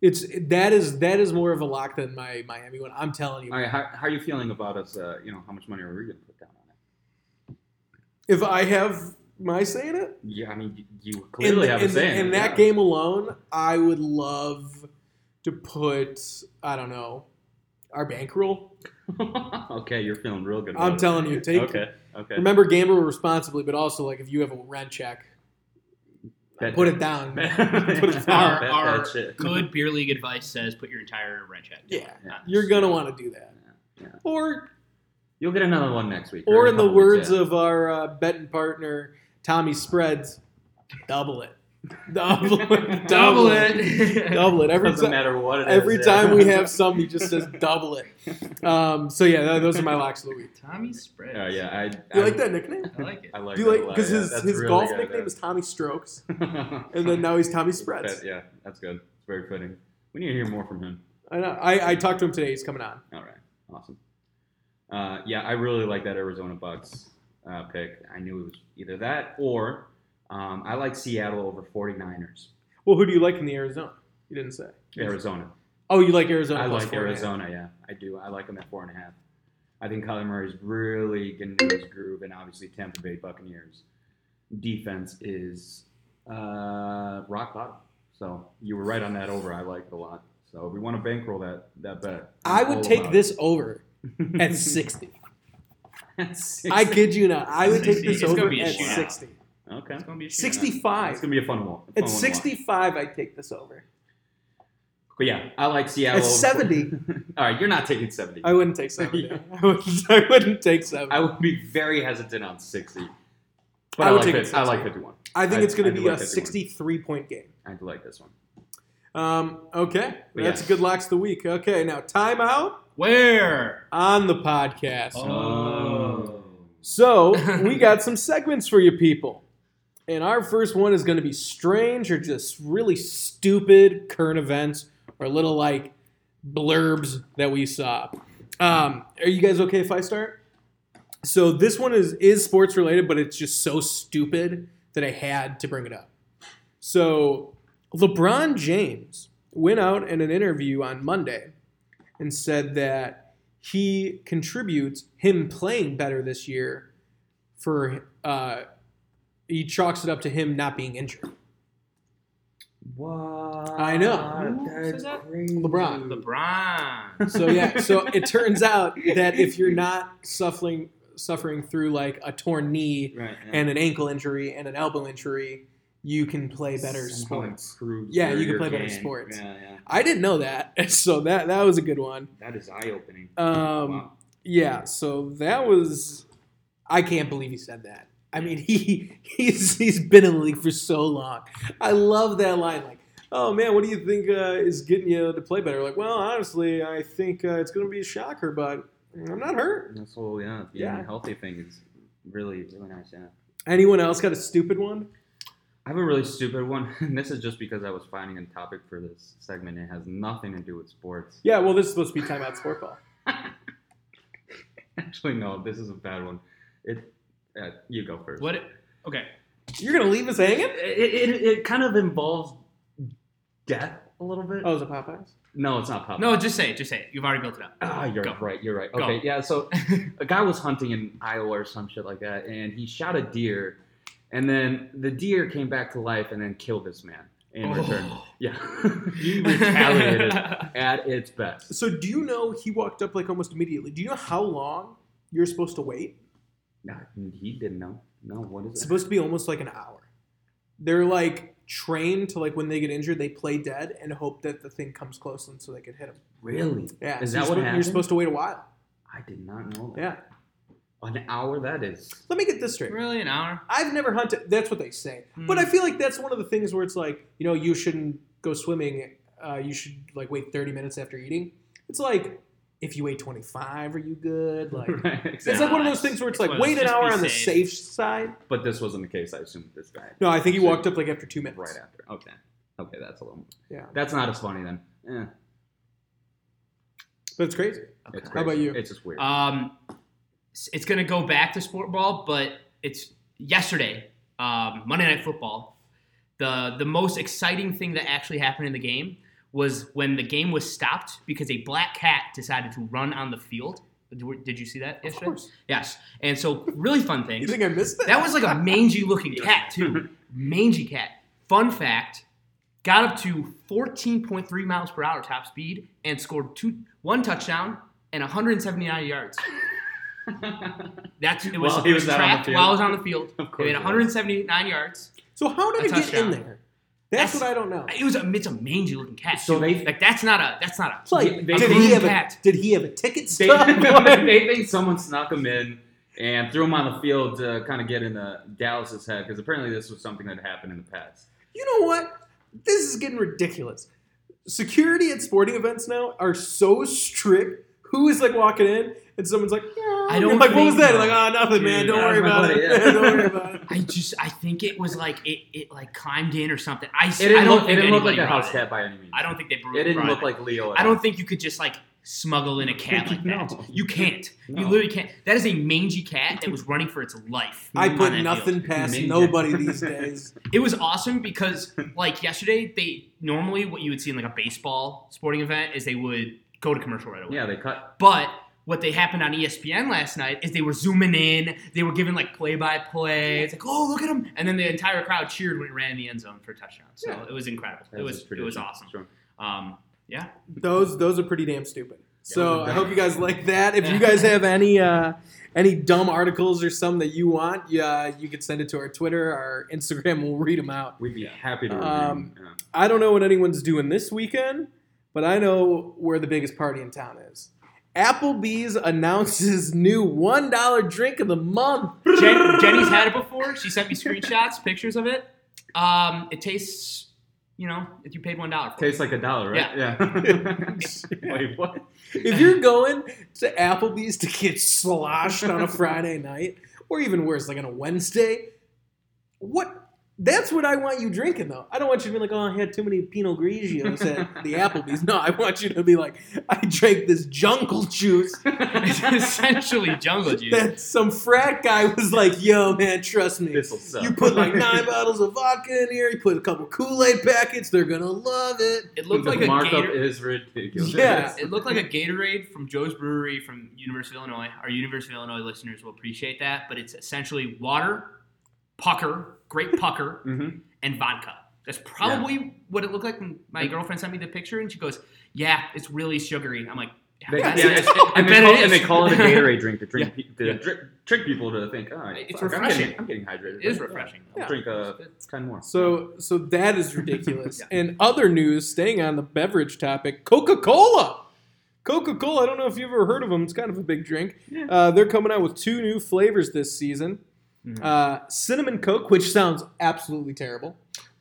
S1: It's that is that is more of a lock than my Miami one. I'm telling you.
S3: All right, how, how are you feeling about us? Uh, you know, how much money are we going to put down on it?
S1: If I have my say in it,
S3: Yeah, I mean, you you clearly
S1: in,
S3: have
S1: the-
S3: a
S1: in the-
S3: say. it,
S1: in that
S3: yeah.
S1: game alone, I would love to put I don't know our bankroll.
S3: okay, you're feeling real good.
S1: I'm
S3: about it.
S1: telling you, take
S3: Okay, okay.
S1: remember gamble responsibly, but also like if you have a rent check,
S3: Bet-
S1: put it down.
S3: bet-
S1: put it down.
S2: Our,
S3: bet
S2: our
S3: that shit.
S2: good beer league advice says put your entire rent check. down.
S1: Yeah,
S2: Not
S1: you're gonna want to do that.
S3: Yeah, yeah.
S1: Or
S3: You'll get another one next week.
S1: Or in the words
S3: of.
S1: of our uh, betting partner, Tommy Spreads, double it. Double it. Double it. Double it. Every,
S3: Doesn't
S1: ti-
S3: matter what it is.
S1: every
S3: yeah.
S1: time we have some, he just says double it. Um, so, yeah, tho- those are my locks of the week.
S2: Tommy spread.
S3: Oh yeah, I.
S1: You
S3: I,
S1: like that nickname?
S2: I like it.
S3: I like.
S1: Do you
S3: that a
S1: like
S3: lot,
S1: because
S3: yeah.
S1: his,
S3: That's
S1: his
S3: really
S1: golf
S3: good,
S1: nickname
S3: yeah.
S1: is Tommy Strokes, and then now he's Tommy Spreads.
S3: That- yeah, that's good. It's very fitting. We need to hear more from him.
S1: I, know. I I talked to him today. He's coming on.
S3: All right, awesome. Uh, yeah, I really like that Arizona Bucks uh, pick. I knew it was either that or um, I like Seattle over 49ers.
S1: Well, who do you like in the Arizona? You didn't say.
S3: Arizona.
S1: Oh, you like Arizona?
S3: I
S1: plus
S3: like
S1: four and a half.
S3: Arizona. Yeah, I do. I like them at four and a half. I think Kyler Murray's really getting into his groove, and obviously Tampa Bay Buccaneers defense is uh, rock bottom. So you were right on that over. I like it a lot. So if we want to bankroll that that bet, I'm
S1: I
S3: all
S1: would take
S3: about
S1: this over
S3: it.
S1: at sixty.
S3: At six.
S1: I kid you not. I would take
S2: 60.
S1: this
S2: It's gonna
S1: over
S2: be a
S1: at
S2: shootout.
S1: 60.
S3: okay.
S2: It's gonna be a shootout.
S1: 65.
S3: It's gonna be a fun one. a fun
S1: At
S3: one to watch.
S1: 65, I'd take this over.
S3: But yeah, I like Seattle.
S1: At
S3: over-
S1: 70.
S3: All right, you're not taking seventy.
S1: I wouldn't take 70. I, wouldn't, I wouldn't take 70.
S3: I
S1: I,
S3: would be very hesitant on sixty. But
S1: I
S3: I,
S1: would
S3: like
S1: take
S3: fif-
S1: it
S3: I like
S1: 60.
S3: fifty-one.
S1: think
S3: I-
S1: it's going
S3: I
S1: to
S3: do
S1: be
S3: like
S1: a
S3: that
S1: 63 point game.
S3: I do like this one.
S1: Um, okay.
S3: But
S1: That's
S3: yeah.
S1: good locks of the week. Okay. Now, timeout
S2: Where?
S1: on the podcast.
S2: Oh. Oh.
S1: So, we got some segments for you people. And our first one is going to be strange or just really stupid current events or little like blurbs that we saw. Um, are you guys okay if I start? So this one is is sports related, but it's just so stupid that I had to bring it up. So LeBron James went out in an interview on Monday and said that he contributes him playing better this year for uh, he chalks it up to him not being injured.
S3: What?
S1: I know.
S2: That's
S3: crazy.
S1: LeBron.
S2: LeBron.
S1: So yeah, so it turns out that if you're not suffering suffering through like a torn knee
S3: Right.
S1: and an ankle injury and an elbow injury, you can play better sports. Yeah, you can play better sports.
S3: Yeah, yeah.
S1: I didn't know that, so that that was a good one.
S3: That is eye opening.
S1: Um,
S3: wow.
S1: Yeah, so that was I can't believe he said that. I mean, he he's he's been in the league for so long. I love that line like, "Oh man, what do you think uh, is getting you to play better?" Like, "Well, honestly, I think uh, it's going to be a shocker, but I'm not hurt."
S3: This whole yeah, being
S1: Yeah.
S3: healthy thing is really really nice. Yeah.
S1: Anyone else got a stupid one?
S3: I have a really stupid one. and this is just because I was finding a topic for this segment. It has nothing to do with sports.
S1: Yeah, well, this is supposed to be timeout sport ball.
S3: Actually, no. This is a bad one. It. Uh, you go first.
S2: What? Okay.
S1: You're going to leave us hanging?
S3: It, it, it kind of involves death a little bit.
S1: Oh, is it Popeyes?
S3: No, it's not pop.
S2: No, just say it. Just say it. You've already built it up.
S3: Ah, you're
S2: Go.
S3: right. You're right.
S2: Go.
S3: Okay, yeah. So a guy was hunting in Iowa or some shit like that, and he shot a deer, and then the deer came back to life and then killed this man in
S1: Oh.
S3: return. Yeah, you retaliated at its best.
S1: So, do you know he walked up like almost immediately? Do you know how long you're supposed to wait?
S3: Nah, he didn't know. No, what
S1: It's
S3: is it?
S1: supposed to be almost like an hour. They're like trained to like when they get injured, they play dead and hope that the thing comes close and so they can hit them.
S3: Really?
S1: Yeah,
S3: Is
S1: so you're
S3: that what
S1: supposed- You're
S3: happened?
S1: supposed to wait a while.
S3: I did not know that.
S1: Yeah.
S3: An hour that is.
S1: Let me get this straight.
S2: really an hour?
S1: I've never hunted. That's what they say. But I feel like that's one of the things where it's like you know you shouldn't go swimming. Uh, you should like wait 30 minutes after eating. It's like if you wait 25, are you good? Like.
S3: Right,
S1: It's
S3: exactly.
S1: like one of those things where it's like
S2: Well,
S1: wait an
S2: just
S1: hour
S2: be
S1: on the
S2: safe.
S1: safe side.
S3: But this wasn't the case. I assume with this guy.
S1: No, I think he
S3: So-
S1: walked up like after two minutes.
S3: Right after. Okay. Okay, that's a little.
S1: Yeah.
S3: That's not as funny then. Eh.
S1: But it's crazy.
S3: It's
S1: How
S3: crazy.
S1: about you?
S3: It's just weird.
S2: Um, s- it's going to go back to sport ball, but it's yesterday, um, Monday Night Football. The the most exciting thing that actually happened in the game was when the game was stopped because a black cat decided to run on the field. Did did you see that yesterday?
S1: course.
S2: Yes. And so, really fun thing.
S1: You think I missed that?
S2: That was like a mangy looking cat too. Mangy cat. Fun fact: got up to 14.3 miles per hour top speed and scored two, one touchdown and 179 yards. That's it was,
S3: While
S2: it
S3: he
S2: was
S3: was out on the
S2: tracked
S3: field.
S2: while I was on the field. He
S3: Of course
S2: made
S3: it was.
S2: 179 yards.
S1: so how did
S2: a
S1: it get in
S2: touchdown.
S1: there? That's,
S2: That's-
S1: what I don't know.
S2: It was a it's a mangy looking cat.
S3: So
S2: So
S3: they-
S2: like that's not a that's not a
S1: Like,
S3: they-
S1: did
S2: they-
S1: he have a
S2: cat.
S1: did he have a ticket
S3: they,
S1: stub?
S3: they think someone snuck him in and threw him on the field to kind of get in the Dallas's head because apparently this was something that happened in the past.
S1: you know what? This is getting ridiculous. Security at sporting events now are so strict. Who is like walking in and someone's like, yeah.
S2: I don't
S1: like what was
S2: think-
S1: that? Like, oh nothing, man. Don't
S3: Dude,
S1: worry
S3: that
S1: about
S3: was my
S1: it.
S3: buddy, yeah.
S1: don't worry about it.
S2: I just I think it was like it, it like climbed in or something. I,
S3: It didn't
S2: I don't
S3: look, it
S2: think
S3: didn't look like
S2: anybody
S3: a house
S2: brought it.
S3: cat by any means.
S2: I don't think they brought
S3: it didn't
S2: brought
S3: look like Leo. At
S2: I
S3: all.
S2: don't think you could just like smuggle in a cat like that.
S3: No.
S2: You can't. You
S3: No.
S2: literally can't. That is a mangy cat that was running for its life.
S1: I
S2: on
S1: put
S2: that
S1: nothing past
S3: Ming-
S1: nobody these days.
S2: field. It was awesome because like yesterday, they normally what you would see in like a baseball sporting event is they would go to commercial right away.
S3: Yeah, they cut.
S2: But what they happened on E ESPN last night is they were zooming in. They were giving like play by play. It's like, oh, look at him! And then the entire crowd cheered when it ran in the end zone for a touchdown. So
S3: Yeah.
S2: it was incredible.
S3: That
S2: it
S3: was
S2: was
S3: a
S2: it was
S3: tradition.
S2: awesome.
S3: Sure.
S2: Um, yeah.
S1: Those those are pretty damn stupid. So
S3: those are
S1: I hope you guys like that. If you guys have any uh, any dumb articles or some that you want, yeah, you could send it to our Twitter, our Instagram. We'll read them out.
S3: We'd be happy to.
S1: Um,
S3: Um, yeah.
S1: I don't know what anyone's doing this weekend, but I know where the biggest party in town is. Applebee's announces new one dollar drink of the month.
S2: Jen, Jenny's had it before. She sent me screenshots, pictures of it. Um, it tastes, you know, if you paid one dollar.
S3: Tastes like a dollar, right? Yeah. Wait, what?
S1: If you're going to Applebee's to get sloshed on a Friday night, or even worse, like on a Wednesday, what? That's what I want you drinking though. I don't want you to be like, "Oh, I had too many Pinot Grigios at the Applebee's." No, I want you to be like, "I drank this jungle juice
S2: It's essentially jungle juice.
S1: that some frat guy was like, "Yo, man, trust me,
S3: This'll suck.
S1: You put like nine bottles of vodka in here. You put a couple Kool Aid packets. They're gonna love it.
S2: It
S3: The
S2: looked like a
S3: markup
S2: Gator-
S3: is ridiculous.
S1: Yeah.
S2: it looked like a Gatorade from Joe's Brewery from University of Illinois. Our University of Illinois listeners will appreciate that, but it's essentially water, pucker, great pucker,
S3: hmm
S2: and vodka. That's probably what it looked like when my girlfriend sent me the picture, and she goes, "Yeah, it's really sugary." I'm like,
S3: They,
S2: "Yeah,
S3: yeah,
S2: that's it."
S3: it's- and, they
S2: bet
S3: call,
S2: it is.
S3: and they call it a Gatorade drink to drink to
S2: Yeah.
S3: Trick, trick people to think, oh,
S2: It's
S3: fuck, I'm
S2: refreshing.
S3: getting, I'm getting hydrated.
S2: It is refreshing.
S1: Yeah.
S3: Drink uh, ten more.
S1: So, so that is ridiculous. And other news, staying on the beverage topic, Coca Cola. Coca Cola. I don't know if you've ever heard of them. It's kind of a big drink.
S3: Yeah.
S1: Uh, they're coming out with two new flavors this season:
S2: Mhm.
S1: uh, cinnamon Coke, which sounds absolutely terrible.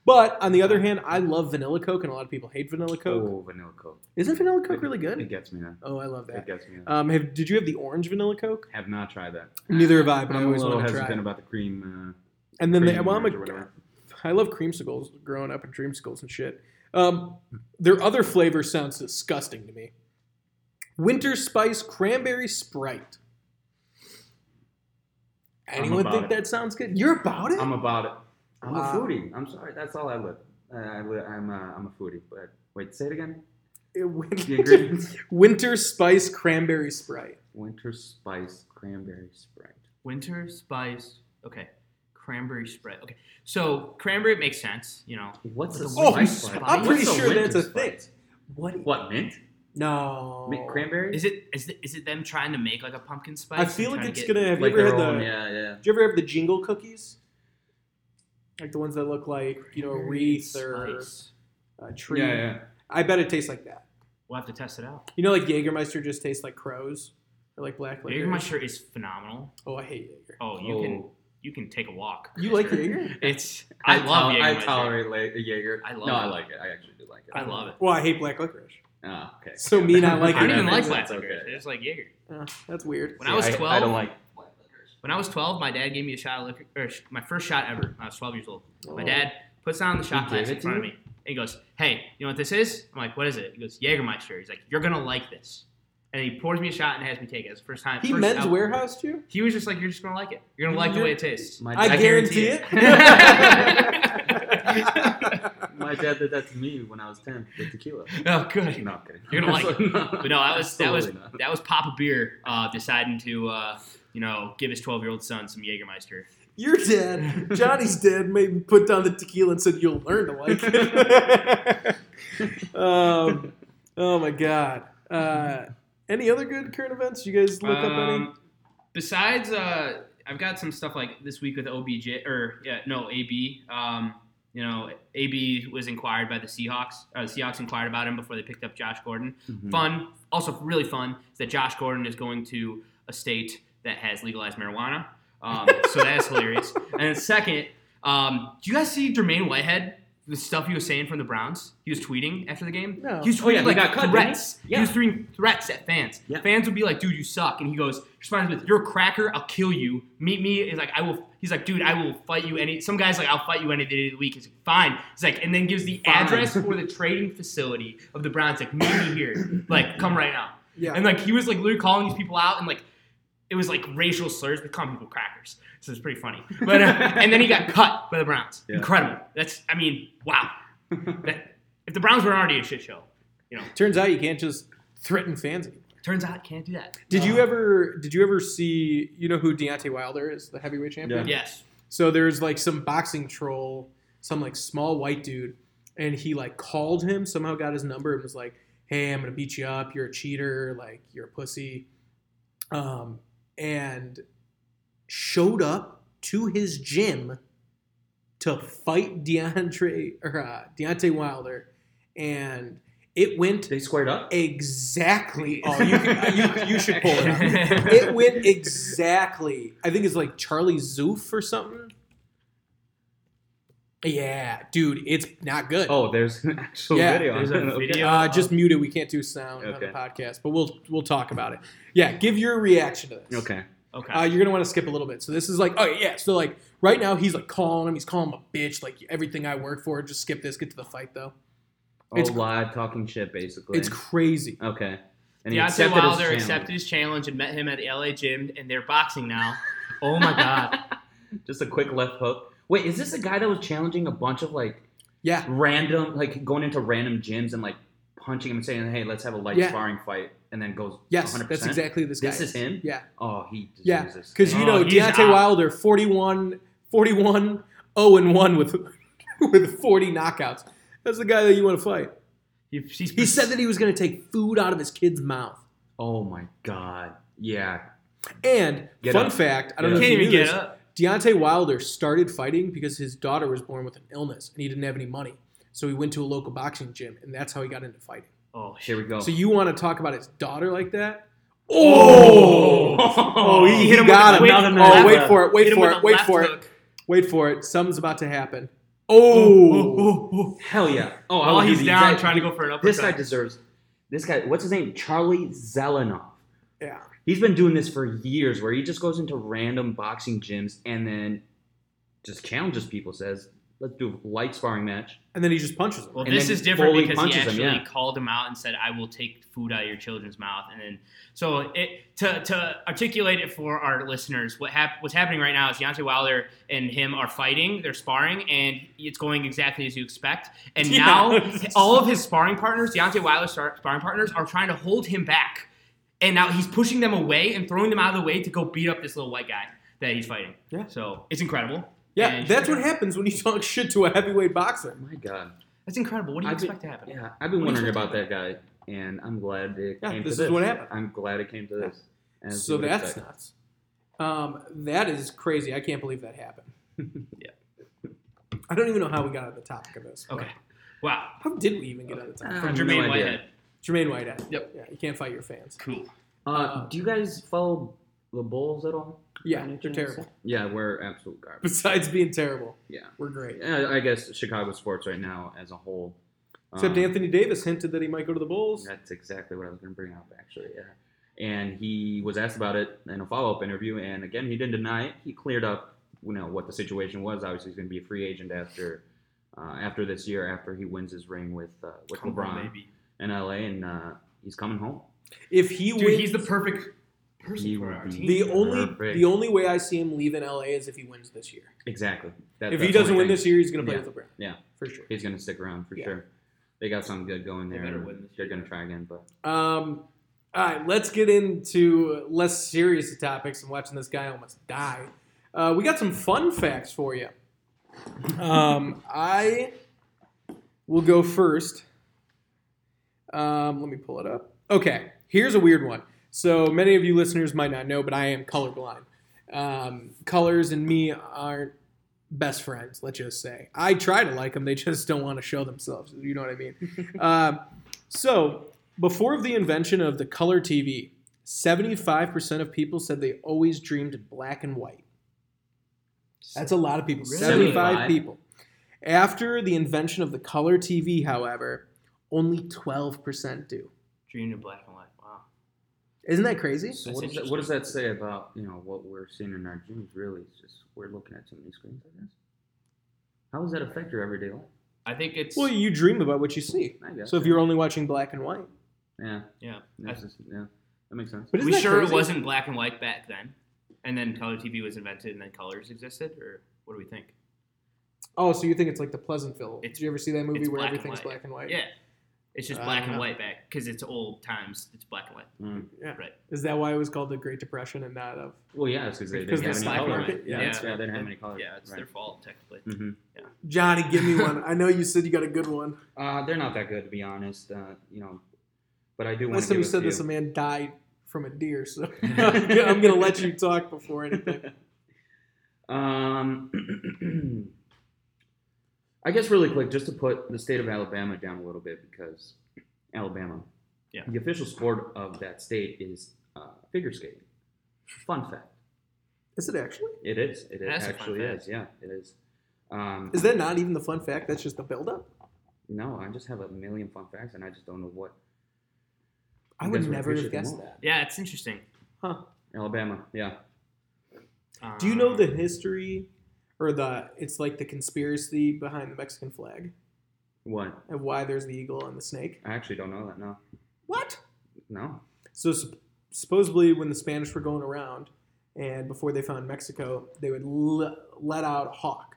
S1: But on the other hand, I love vanilla Coke, and a lot of people hate vanilla Coke.
S3: oh, vanilla Coke.
S1: Isn't vanilla Coke
S3: It-
S1: really
S3: It
S1: good?
S3: gets me now.
S1: Oh, I love
S3: It
S1: that.
S3: gets me. Now.
S1: Um, have, did you have the orange vanilla Coke?
S3: Have not tried that.
S1: Neither have I, but I
S3: I'm a
S1: always
S3: little
S1: want to try.
S3: hesitant
S1: it.
S3: about the cream. uh,
S1: And then
S3: cream
S1: they, well, I'm
S3: or
S1: a,
S3: whatever.
S1: I love creamsicles growing up and dreamsicles and shit. Um, their other flavor sounds disgusting to me. Winter spice cranberry sprite.
S3: I'm
S1: Anyone
S3: about
S1: think
S3: it.
S1: that sounds good? You're about it?
S3: Uh, I'm about it. I'm
S1: Wow.
S3: a foodie. I'm sorry. That's all I live. Uh, I li- I'm a, I'm a foodie. But wait, say it again. The
S1: Winter,
S3: ingredients:
S1: winter spice cranberry sprite.
S3: winter spice cranberry sprite.
S2: Winter spice. Okay. Cranberry spread. Okay. So cranberry makes sense, you know.
S3: What's
S2: With
S3: a
S2: the
S1: Oh,
S2: winter
S3: spice?
S2: spice.
S3: like?
S1: I'm pretty
S3: What's
S1: sure
S3: winter
S1: that's a thing.
S3: spice?
S1: What?
S3: What mint?
S1: No.
S3: Mint cranberry?
S2: Is it is it, is it them trying to make like a pumpkin spice?
S1: I
S2: and
S1: feel like
S2: trying to
S1: it's
S2: get-
S1: gonna. Have
S3: like
S1: you ever
S3: their
S1: had the?
S3: own, yeah, yeah.
S1: Do you ever have the jingle cookies? Like the ones that look like, you know, a wreath or
S2: Spice.
S1: a tree.
S3: Yeah, yeah.
S1: I bet it tastes like that.
S2: We'll have to test it out.
S1: You know, like Jägermeister just tastes like crows or like black
S2: Jaeger
S1: liquor.
S2: my shirt is phenomenal.
S1: Oh, I hate Jaeger.
S2: Oh, you
S3: Oh.
S2: can you can take a walk.
S1: You like Jaeger?
S2: It's I, love
S3: tol-
S2: Jaeger.
S3: I tolerate la- Jaeger.
S2: I love
S3: no,
S2: it.
S3: I like it. I actually do like it.
S2: I love it.
S1: Well, I hate black licorice.
S3: Ah, okay.
S1: So me not
S2: I
S1: liking
S2: don't
S1: it.
S2: even
S1: Yeah,
S2: like
S1: that's
S2: black
S3: okay.
S2: licorice. I just like Jaeger.
S1: Uh, that's weird.
S2: When I was
S3: See, I,
S2: 12
S3: don't like.
S2: When I was 12, my dad gave me a shot of liquor, or sh- my first shot ever. I was 12 years old. My
S1: Oh.
S2: dad puts down the shot
S3: He gave
S2: glass
S3: it
S2: in
S3: to
S2: front of
S3: you?
S2: me and he goes, Hey, you know what this is? I'm like, What is it? He goes, Jägermeister. He's like, You're going to like this. and he pours me a shot and has me take it. It's the first time.
S1: He
S2: first
S1: men's
S2: alcohol.
S1: warehoused you?
S2: He was just like, "You're just gonna like it. You're gonna like the way it tastes."
S3: My
S1: I
S3: dad,
S1: guarantee
S3: my dad did that to me when I was 10 with tequila.
S2: oh, good.
S3: No, I'm kidding.
S2: You're gonna like it.
S3: No,
S2: But no, that was that was
S3: absolutely not.
S2: that was Papa Beer uh, deciding to uh, you know give his 12 year old son some Jägermeister.
S1: Your dad, Johnny's dad, maybe put down the tequila and said, "You'll learn to like it." um, oh my god! Uh, any other good current events? You guys look up any?
S2: Um, besides, uh, I've got some stuff like this week with OBJ or yeah, no AB. Um, you know, AB was inquired by the Seahawks. Uh, the Seahawks inquired about him before they picked up Josh Gordon.
S1: Hmm.
S3: Mhm.
S2: Fun, also really fun, is that Josh Gordon is going to a state that has legalized marijuana. Um, so that's hilarious. And then second, um, do you guys see Jermaine Whitehead? The stuff he was saying from the Browns, he was tweeting after the game.
S1: No.
S2: He was tweeting
S3: Oh, yeah, he
S2: like
S3: got cut, didn't he?
S2: threats.
S3: Yeah.
S2: He was throwing threats at fans.
S3: Yeah.
S2: Fans would be like, "Dude, you suck," and he goes, responds with, "You're a cracker. I'll kill you. Meet me." He's like, "I will." He's like, "Dude, I will fight you any." Some guys like, "I'll fight you any day of the week." He's like, "Fine." He's like, and then gives the
S3: Fine.
S2: address for the trading facility of the Browns. Like, meet me here. Like, come right now.
S1: Yeah.
S2: And like, he was like literally calling these people out, and like, it was like racial slurs, but calling people crackers. So it's pretty funny. But uh, and then he got cut by the Browns.
S3: Yeah.
S2: Incredible. That's I mean, wow. That- if the Browns were already a shit show,
S1: Turns out you can't just threaten fans. anymore.
S2: turns out can't do that.
S1: Did you
S2: Uh,
S1: ever? Did you ever see? You know who Deontay Wilder is, the heavyweight champion.
S2: Yes.
S1: So there's like some boxing troll, some like small white dude, and he like called him, somehow got his number and was like, Hey, I'm gonna beat you up, you're a cheater, like you're a pussy. Um, and showed up to his gym to fight DeAndre or uh, Deontay Wilder, and it went
S3: They squared up?
S1: exactly. Oh, you, can, you, you should pull it up it went exactly. I think it's like Charlie Zoof or something. Yeah, dude, it's not good.
S3: Oh, there's an actual
S1: Yeah,
S3: video.
S2: there's a
S3: Okay.
S2: video.
S1: uh, just mute it. We can't do sound on the
S3: Okay.
S1: podcast, but we'll we'll talk about it. Yeah, give your reaction to this.
S3: Okay.
S2: okay.
S1: Uh, you're gonna want to skip a little bit. So this is like, oh yeah. So like right now he's like calling him. He's calling him a bitch. Like everything I work for. Just skip this. Get to the fight though.
S3: All
S1: It's-
S3: Oh, live talking shit, basically.
S1: It's crazy.
S3: okay. And he
S2: Deontay
S3: accepted his
S2: Wilder
S3: challenge.
S2: accepted his challenge and met him at the LA gym, and they're boxing now. Oh my god!
S3: Just a quick left hook. Wait, is this a guy that was challenging a bunch of like
S1: Yeah,
S3: random, like going into random gyms and like punching him and saying, "Hey, let's have a light
S1: Yeah.
S3: sparring fight," and then goes
S1: yes,
S3: 100%?
S1: that's exactly this guy.
S3: This is him.
S1: Yeah.
S3: Oh, he deserves
S1: Yeah,
S3: this.
S1: Because you
S2: Oh,
S1: know
S2: he's
S1: Deontay
S2: out.
S1: Wilder, 41, 41, 0 and one with with forty knockouts. That's the guy that you want to fight.
S2: He, he's,
S1: He said that he was going to take food out of his kid's mouth.
S3: Oh my god. Yeah.
S1: And
S3: Get
S1: fun
S3: up.
S1: fact, I
S2: he
S1: don't
S2: can't
S1: know if you
S2: even
S1: knew
S2: get
S1: this.
S2: up.
S1: Deontay Wilder started fighting because his daughter was born with an illness and he didn't have any money. So he went to a local boxing gym, and that's how he got into fighting.
S2: Oh shit!
S3: Here we go.
S1: So
S3: So
S1: you want to talk about his daughter like that?
S2: Oh!
S1: Oh, he,
S2: He hit
S1: he
S2: him with
S1: got
S2: a
S1: him.
S2: quick
S1: Oh,
S2: left-
S1: wait for it. Wait
S2: Hit him
S1: for
S2: with a
S1: it. Wait
S2: left
S1: for it.
S2: hook.
S1: Wait for it. Something's about to happen.
S2: Oh,
S1: Oh.
S3: Hell yeah. Oh, I
S2: While
S3: would do
S2: he's
S3: the
S2: down
S3: exact-
S2: trying to go for an uppercut.
S3: This guy deserves. This guy. What's his name? Charlie Zelenoff.
S1: Yeah.
S3: He's been doing this for years, where he just goes into random boxing gyms and then just challenges people. Says, "Let's do a light sparring match."
S1: And then he just punches him.
S2: Well,
S3: And
S2: this
S3: then
S2: is different
S3: Foley
S2: because he
S3: punches him,
S2: actually
S3: yeah.
S2: called him out and said, "I will take food out of your children's mouth." And then, so it, to to articulate it for our listeners, what hap- what's happening right now is Deontay Wilder and him are fighting, they're sparring, and it's going exactly as you expect. And
S1: Yeah.
S2: now, all of his sparring partners, Deontay Wilder's spar- sparring partners, are trying to hold him back, and now he's pushing them away and throwing them out of the way to go beat up this little white guy that he's fighting.
S1: Yeah.
S2: So it's incredible.
S1: Yeah,
S2: And-
S1: that's what happens when you talk shit to a heavyweight boxer.
S3: My God.
S2: That's incredible. What do you
S3: I did-
S2: expect to happen?
S3: Yeah, I've been
S1: What is
S3: wondering
S1: it?
S3: about that guy, and I'm glad it
S1: Yeah,
S3: came
S1: this is
S3: to this.
S1: what happened.
S3: I'm glad it came to this. as
S1: So
S3: you would
S1: that's
S3: expect.
S1: nuts. Um, that is crazy. I can't believe that happened. yeah. I don't even know how we got on the topic of this. but-
S2: Okay. Wow.
S1: How did we even get on the topic?
S3: Uh,
S2: From
S3: have no
S2: Jermaine
S3: idea.
S2: Whitehead.
S1: Jermaine Whitehead.
S2: Yep.
S1: Yeah, you can't fight your fans.
S2: Cool.
S3: Uh, do you guys follow the Bulls at all?
S1: Yeah,
S3: Any
S1: they're
S3: chance?
S1: terrible.
S3: Yeah, we're absolute garbage.
S1: Besides being terrible,
S3: Yeah.
S1: we're great.
S3: Uh, I guess Chicago sports right now as a whole.
S1: Except
S3: um,
S1: Anthony Davis hinted that he might go to the Bulls.
S3: That's exactly what I was going to bring up, actually. Yeah. And he was asked about it in a follow-up interview, and again, he didn't deny it. He cleared up, you know, what the situation was. Obviously, he's going to be a free agent after, uh, after this year, after he wins his ring with uh, with
S2: Come on,
S3: LeBron
S2: baby.
S3: in LA, and uh, he's coming home.
S1: If he
S4: Dude,
S1: wins,
S4: he's the perfect person
S3: He
S4: for
S3: would
S4: our
S3: be-
S4: team.
S1: the only
S3: Perfect.
S1: the only way I see him leaving LA is if he wins this year.
S3: Exactly. That-
S1: if
S3: that's
S1: he doesn't
S3: one
S1: win
S3: thing.
S1: this year, he's going to play
S3: Yeah.
S1: with LeBron.
S3: Yeah.
S1: for sure.
S3: he's gonna stick around for
S1: Yeah.
S3: sure. They got something good going
S4: They
S3: there.
S4: better
S3: and
S4: win this
S3: They're
S4: year.
S3: gonna try again, but
S1: Um, all right, let's get into less serious topics and watching this guy almost die. Uh, we got some fun facts for you. Um, I will go first. Um, let me pull it up. Okay, here's a weird one. So many of you listeners might not know, but I am colorblind. Um, colors and me aren't best friends, let's just say. I try to like them, they just don't want to show themselves. You know what I mean? um, so, before the invention of the color TV, 75% of people said they always dreamed in black and white. That's a lot of people.
S4: Really?
S1: 75
S3: 75?
S1: people. After the invention of the color TV, however, only 12% do.
S2: Dream of black and white. Wow.
S1: Isn't that crazy?
S3: So what, does that, what does that say about you know what we're seeing in our dreams? Really, it's just we're looking at too many screens. I guess. How does that affect your everyday life?
S2: I think it's
S1: Well, you dream about what you see.
S3: I guess.
S1: So if you're only watching black and white,
S3: yeah,
S2: yeah. I-
S3: that's just, yeah, that makes sense.
S1: but isn't
S2: we
S1: that
S2: sure
S1: crazy?
S2: it wasn't black and white back then, and then color TV was invented, and then colors existed, or what do we think?
S1: Oh, so you think it's like the Pleasantville?
S2: It's-
S1: Did you ever see that movie
S2: it's
S1: where
S2: black and
S1: everything's
S2: white.
S1: black and white?
S2: Yeah, it's just
S1: I
S2: black
S1: don't
S2: and
S1: know.
S2: white back because it's old times. It's black and white.
S3: Mm.
S1: Is that why it was called the Great Depression and not of?
S3: Well, yeah, it's because they
S1: Because the
S3: didn't have
S1: stock
S3: any color.
S1: market, yeah.
S3: Yeah,
S2: Yeah.
S3: they didn't have any color.
S2: Yeah, it's their Mm-hmm. fault technically.
S3: hmm
S1: Johnny, give me one. I know you said you got a good one.
S3: Uh, they're not that good to be honest. Uh, you know, but I do want
S1: Last
S3: to.
S1: time you said
S3: few.
S1: this, a man died from a deer. So I'm gonna let you talk before anything.
S3: Um, I guess really quick, just to put the state of Alabama down a little bit because Alabama,
S2: Yeah.
S3: the official sport of that state is uh, figure skating. Fun fact,
S1: Is it actually?
S3: it is. It
S2: That's a fun
S3: actually
S2: fact.
S3: is. Yeah, it is. Um,
S1: Is that not even the fun fact? That's just the buildup.
S3: no, I just have a million fun facts, and I just don't know what.
S1: I
S3: You
S1: would
S3: guys were
S1: never have
S3: appreciative
S1: guessed
S3: more.
S1: that.
S2: Yeah, it's interesting.
S1: Huh?
S3: Alabama, yeah.
S1: Do you know
S2: Um,
S1: the history, or the? It's like the conspiracy behind the Mexican flag
S3: What?
S1: and why there's the eagle and the snake.
S3: I actually don't know that. No,
S1: What?
S3: no.
S1: So sup- supposedly, when the Spanish were going around, and before they found Mexico, they would l- let out a hawk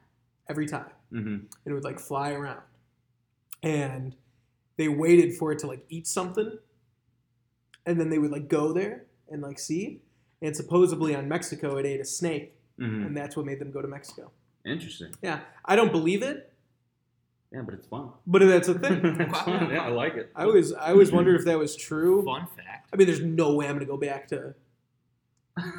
S1: every time,
S3: hmm
S1: and it would like fly around, and they waited for it to like eat something, and then they would like go there and like see, and supposedly on Mexico it ate a snake,
S3: hmm
S1: and that's what made them go to Mexico.
S3: Interesting.
S1: Yeah, I don't believe it,
S3: Yeah, but it's fun.
S1: but that's a thing.
S3: it's fun. Yeah, I like it.
S1: I always I always wondered if that was true.
S2: fun fact?
S1: I mean, there's no way I'm gonna go back to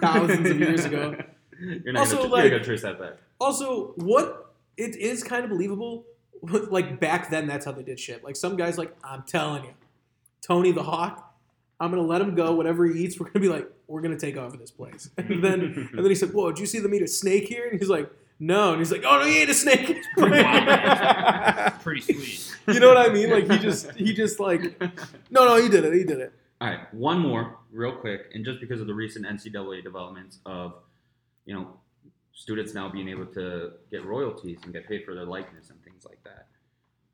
S1: thousands of years ago.
S3: You're not
S1: Also,
S3: gonna,
S1: like-
S3: you're gonna trace that back.
S1: Also, what it is kind of believable. Like back then, that's how they did shit. Like some guys, like I'm telling you, Tony the Hawk. I'm gonna let him go. Whatever he eats, we're gonna be like, we're gonna take over this place. And then, and then he said, "Whoa, did you see them eat a snake here?" And he's like, "No." And he's like, "Oh no, he ate a snake."
S2: pretty wild. Pretty sweet.
S1: you know what I mean? Like he just, he just like, no, no, he did it. He did it.
S3: All right, one more real quick, and just because of the recent NCAA developments of, you know, students now being able to get royalties and get paid for their likeness and things like that.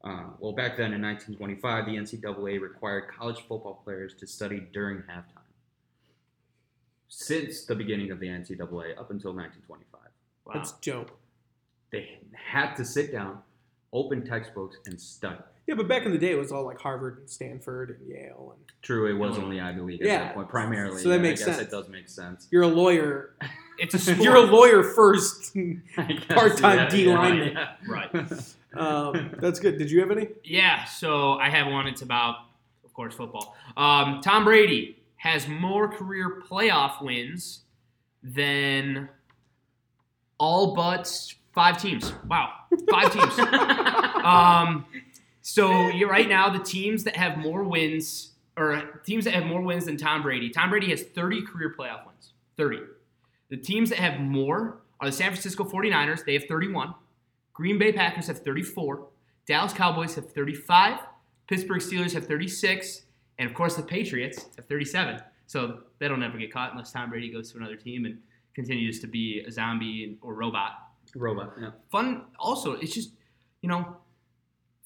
S3: Uh, well, back then in 1925, the NCAA required college football players to study during halftime. Since the beginning of the NCAA up until 1925,
S2: Wow.
S1: That's dope.
S3: they had to sit down, open textbooks, and study.
S1: Yeah, but back in the day, it was all like Harvard and Stanford and Yale, and
S3: True, it was only Ivy League at
S1: Mm. Yeah.
S3: that point, primarily.
S1: So that
S3: Yeah,
S1: makes
S3: I guess
S1: sense.
S3: It does make sense.
S1: you're a lawyer
S2: it's a sport.
S1: You're a lawyer first.
S3: I guess,
S1: Part-time
S3: yeah,
S1: D
S3: yeah,
S1: lineman.
S3: yeah.
S2: right.
S1: Um, that's good. Did you have any?
S2: Yeah, so I have one. It's about, of course, football. Um, Tom Brady has more career playoff wins than all but five teams. Wow, five teams. um, so you right now, the teams that have more wins, or teams that have more wins than Tom Brady, Tom Brady has 30 career playoff wins. 30. The teams that have more are the San Francisco 49ers. They have 31. Green Bay Packers have 34. Dallas Cowboys have 35, Pittsburgh Steelers have 36, and of course the Patriots have 37. So they don't ever get caught unless Tom Brady goes to another team and continues to be a zombie and- or robot.
S3: Robot. Yeah.
S2: Fun also, it's just, you know,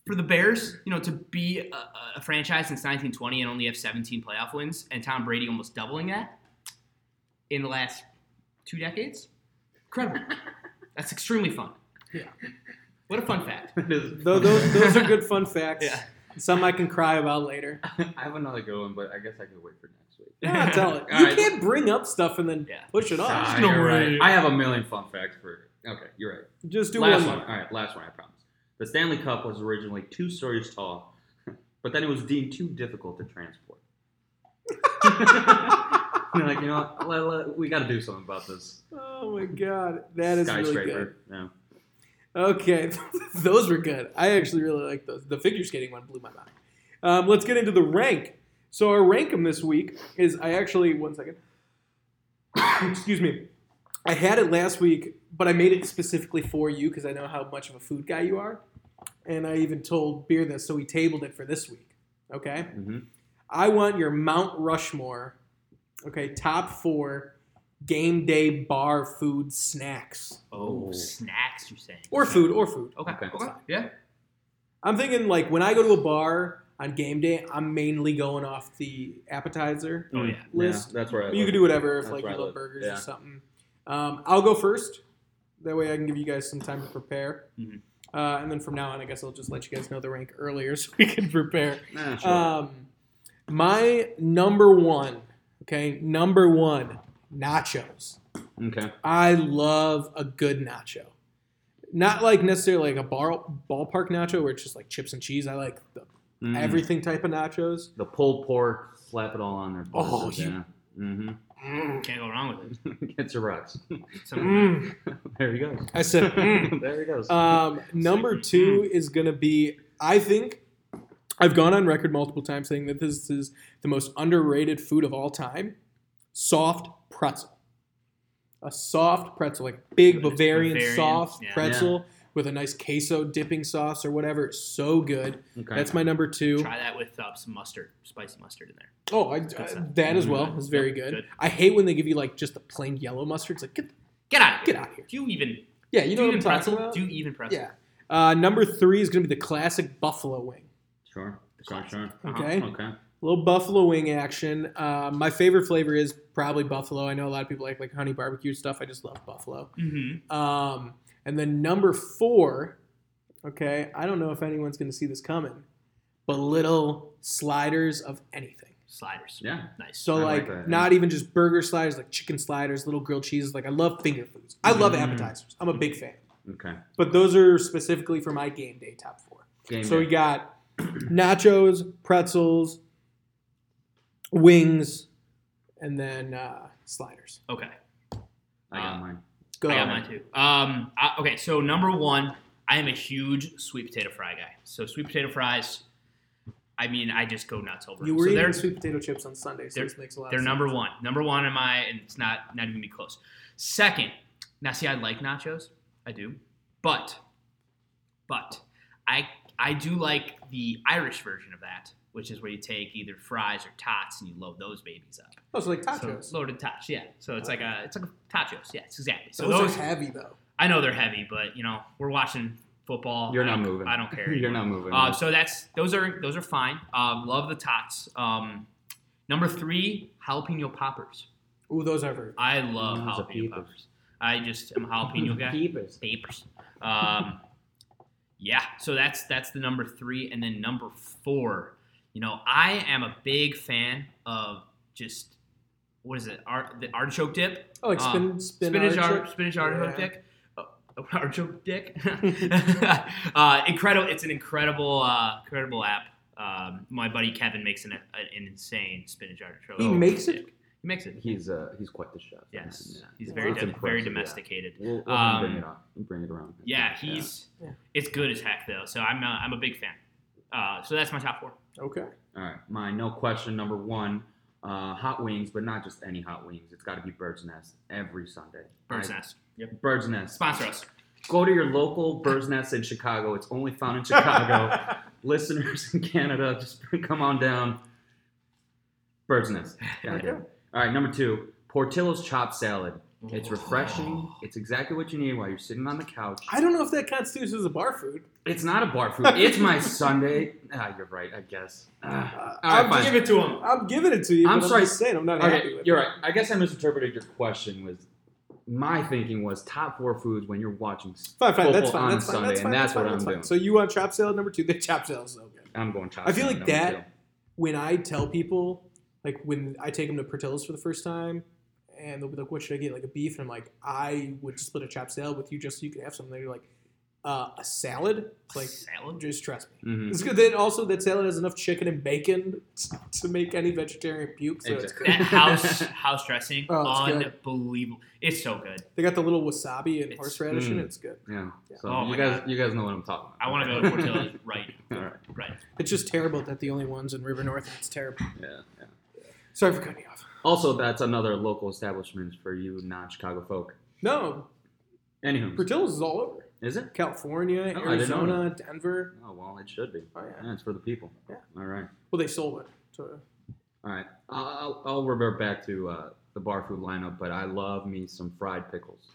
S2: for the Bears, you know, to be a, a franchise since 1920 and only have 17 playoff wins, and Tom Brady almost doubling that in the last two decades, incredible. That's extremely fun.
S1: Yeah.
S2: What a fun fact.
S3: It is-
S1: Tho- Those, those are good fun facts.
S2: Yeah.
S1: Some I can cry about later.
S3: I have another good one, but I guess I could wait for next week.
S1: Yeah, tell it.
S3: All
S1: you
S3: right.
S1: can't bring up stuff and then
S2: Yeah.
S1: push it off.
S3: Ah,
S2: no
S3: you're right.
S2: way.
S3: I have a million fun facts for. Okay, you're right.
S1: Just do
S3: last
S1: one.
S3: one. All right, last one. I promise. The Stanley Cup was originally two stories tall, but then it was deemed too difficult to transport. You're like, you know, what? Let- let- we got to do something about this
S1: Oh my god, that is
S3: skyscraper.
S1: really good.
S3: Yeah.
S2: Oh,
S1: Okay, those were good. I actually really like those. The figure skating one blew my mind. Um, let's get into the rank. So our rankum this week is I actually one second. Excuse me. I had it last week, but I made it specifically for you because I know how much of a food guy you are, and I even told Beer this, so we tabled it for this week. Okay.
S3: Mhm.
S1: I want your Mount Rushmore. Okay, top four game day bar food snacks
S2: Oh,
S3: Oh.
S2: snacks, you're saying.
S1: or food or food.
S2: Okay.
S3: Okay.
S2: okay. Yeah.
S1: I'm thinking like when I go to a bar on game day, I'm mainly going off the appetizer
S2: Oh, yeah.
S1: list.
S3: Yeah, that's where I.
S1: But you
S3: live.
S1: could do whatever if
S3: That's
S1: like you
S3: where I
S1: love
S3: live.
S1: burgers
S3: Yeah.
S1: or something. Um, I'll go first. That way I can give you guys some time to prepare.
S3: Mm-hmm.
S2: Mhm.
S1: Uh, and then from now on, I guess I'll just let you guys know the rank earlier so we can prepare.
S3: Nah, sure.
S1: Um, my number one, okay, number one, nachos.
S3: okay.
S1: I love a good nacho. Not like necessarily like a bar ballpark nacho where it's just like chips and cheese. I like the
S3: Mm.
S1: everything type of nachos.
S3: Mm-hmm. the pulled pork, slap it all on there.
S1: Oh,
S3: yeah. Mm-hmm.
S2: Can't go wrong with
S3: It's a rocks.
S2: it. Some-
S3: There he goes.
S1: I said, mm.
S3: there he goes.
S1: um, number
S2: mm.
S1: two is going to be, I think, I've gone on record multiple times saying that this is the most underrated food of all time soft pretzel. A soft pretzel, like big
S2: Good, it's
S1: Bavarian,
S2: Bavarian,
S1: soft
S2: yeah.
S1: pretzel with a nice queso dipping sauce or whatever. It's so good.
S3: okay.
S1: That's my number two.
S2: Try that with uh, some mustard, spicy mustard in there.
S1: Oh, I, I-
S2: stuff.
S1: that as well
S3: Mhm.
S1: is very
S2: Mm-hmm. Yep,
S1: good.
S2: good.
S1: I hate when they give you like just the plain yellow mustard. It's like get
S2: Get out of here.
S1: get out of here.
S2: Do you even,
S1: Yeah, you know what
S2: do you
S1: I'm
S2: even
S1: talking
S2: pretzel?
S1: about.
S2: Do you even pretzel?
S1: yeah. Uh, number three is going to be the classic buffalo wing.
S3: sure. Sure. Sure.
S2: Uh-huh.
S1: Okay,
S3: Okay.
S1: a little buffalo wing action. Uh, my favorite flavor is probably buffalo. I know a lot of people like like honey barbecue stuff. I just love buffalo.
S2: Mm-hmm.
S1: Um, and then number four, okay, I don't know if anyone's going to see this coming, but little sliders of anything.
S2: Sliders.
S3: Yeah.
S2: Nice.
S1: So
S3: I
S1: like,
S3: like that,
S1: not even just burger sliders, like chicken sliders, little grilled cheeses. Like I love finger foods. I love
S2: Mm-hmm.
S3: Mm.
S1: appetizers. I'm a big fan.
S3: Okay.
S1: But those are specifically for my game day top four.
S3: Game
S1: So we
S3: day.
S1: got nachos, pretzels, wings, and then uh, sliders.
S2: Okay.
S3: I got
S2: uh,
S3: mine.
S1: Go.
S2: I got mine too. Um, I- okay, so number one, I am a huge sweet potato fry guy. So sweet potato fries, I mean, I just go nuts over.
S1: You
S2: them.
S1: were
S2: so
S1: eating
S2: they're-
S1: sweet potato chips on Sunday, so
S2: they're-
S1: this makes a lot.
S2: They're
S1: of
S2: number
S1: sense.
S2: one. Number one am I, and it's not not even be close. Second, now see, I like nachos, I do, but but I I do like the Irish version of that, which is where you take either fries or tots and you load those babies up.
S1: Oh, so like
S2: So
S1: tacos.
S2: loaded tots, yeah. So it's like a it's like a tachos, yes, exactly. So
S1: those,
S2: those,
S1: are heavy though.
S2: I know they're heavy, but you know we're watching football.
S3: You're
S2: I
S3: not
S2: don't-
S3: moving.
S2: I don't care.
S3: You're
S2: anymore.
S3: not moving.
S2: Uh, so that's those are those are fine. Um, love the tots. Um, number three, jalapeno poppers.
S1: Ooh, those are very.
S2: I love
S3: Those are
S2: jalapeno
S3: peepers.
S2: poppers. I just am a jalapeno guy.
S3: Peepers.
S2: Papers. Um, yeah, so that's that's the number three, and then number four. You know, I am a big fan of just what is it? Art, the artichoke dip
S1: Oh, like
S2: uh,
S1: spin, spin
S2: spinach
S1: artichoke?
S2: art, spinach artichoke
S1: Yeah.
S2: dick, uh, artichoke dick. uh, incredible! It's an incredible, uh, incredible app. Um, my buddy Kevin makes an, an insane spinach artichoke. Oh,
S1: He makes it?
S2: dick. He makes it.
S3: He's uh he's quite the chef.
S2: Yes,
S3: Yeah.
S2: he's
S1: Wow.
S2: very
S3: That's
S2: dom- very
S3: impressive, yeah.
S2: domesticated.
S3: We'll, we'll have him
S2: Um,
S3: bring it on. Bring it around.
S2: Yeah, he's
S1: Yeah.
S2: it's good as heck though. So I'm a, I'm a big fan. Uh, so that's my top four.
S1: Okay.
S3: All right, mine. No question. Number one, uh, hot wings, but not just any hot wings. It's got to be Bird's Nest every Sunday.
S2: Bird's
S3: I-
S2: Nest. Yep.
S3: Bird's Nest.
S2: Sponsor us.
S3: Go to your local Bird's Nest in Chicago. It's only found in Chicago. Listeners in Canada, just come on down. Bird's Nest. Yeah, yeah. All right, number two, Portillo's chopped salad.
S1: Oh.
S3: It's refreshing. It's exactly what you need while you're sitting on the couch.
S1: I don't know if that constitutes as a bar food.
S3: It's not a bar food. It's my Sunday. Ah, you're right. I guess.
S1: Uh,
S3: Ah. All right,
S4: I'll
S3: fine.
S4: give it to him.
S1: I'm giving it to you.
S3: I'm
S1: but
S3: sorry.
S1: I'm just saying I'm not happy
S3: Okay,
S1: with
S3: you're
S1: it.
S3: right. I guess I misinterpreted your question. Was my thinking was top four foods when you're watching. s-
S1: Fine, fine, that's
S3: Football
S1: fine.
S3: on
S1: That's fine.
S3: Sunday,
S1: That's fine.
S3: and that's
S1: fine,
S3: what I'm
S1: fine.
S3: doing.
S1: So you want chop salad number two? The chop salad's so good.
S3: I'm going top.
S1: I feel like
S3: number
S1: that-
S3: two.
S1: When I tell people, like when I take them to Portillo's for the first time, and they'll be like, "What should I get? Like a beef?" And I'm like, "I would split a chop salad with you just so you could have something." They're like, uh, "A salad? It's like,
S2: salad.
S1: just trust me."
S3: Mhm.
S1: It's good. Then also that salad has enough chicken and bacon t- to make any vegetarian puke. So it's
S3: Exactly.
S2: That house house dressing,
S1: Oh, it's good.
S2: unbelievable. It's so good.
S1: They got the little wasabi and
S2: It's-
S1: horseradish in
S3: Mm.
S1: it. It's good.
S3: Yeah. So
S2: Oh my
S3: you guys,
S2: God.
S3: you guys know what I'm talking. about.
S2: I want to go to Portillo's right.
S3: All right.
S2: Right.
S1: It's just terrible that the only ones in River North. It's terrible.
S3: Yeah, yeah.
S1: Sorry for cutting you off.
S3: Also, that's another local establishment for you non-Chicago folk.
S1: No,
S3: Anywho,
S1: Portillo's is all over.
S3: is it?
S1: California,
S3: Oh, I didn't know
S1: Arizona, Denver.
S3: Oh well, it should be.
S1: Oh yeah.
S3: Yeah, it's for the people.
S1: Yeah.
S3: All right.
S1: Well, they sold it. To,
S3: All right. I'll, I'll- I'll revert back to uh, the bar food lineup, but I love me some fried pickles.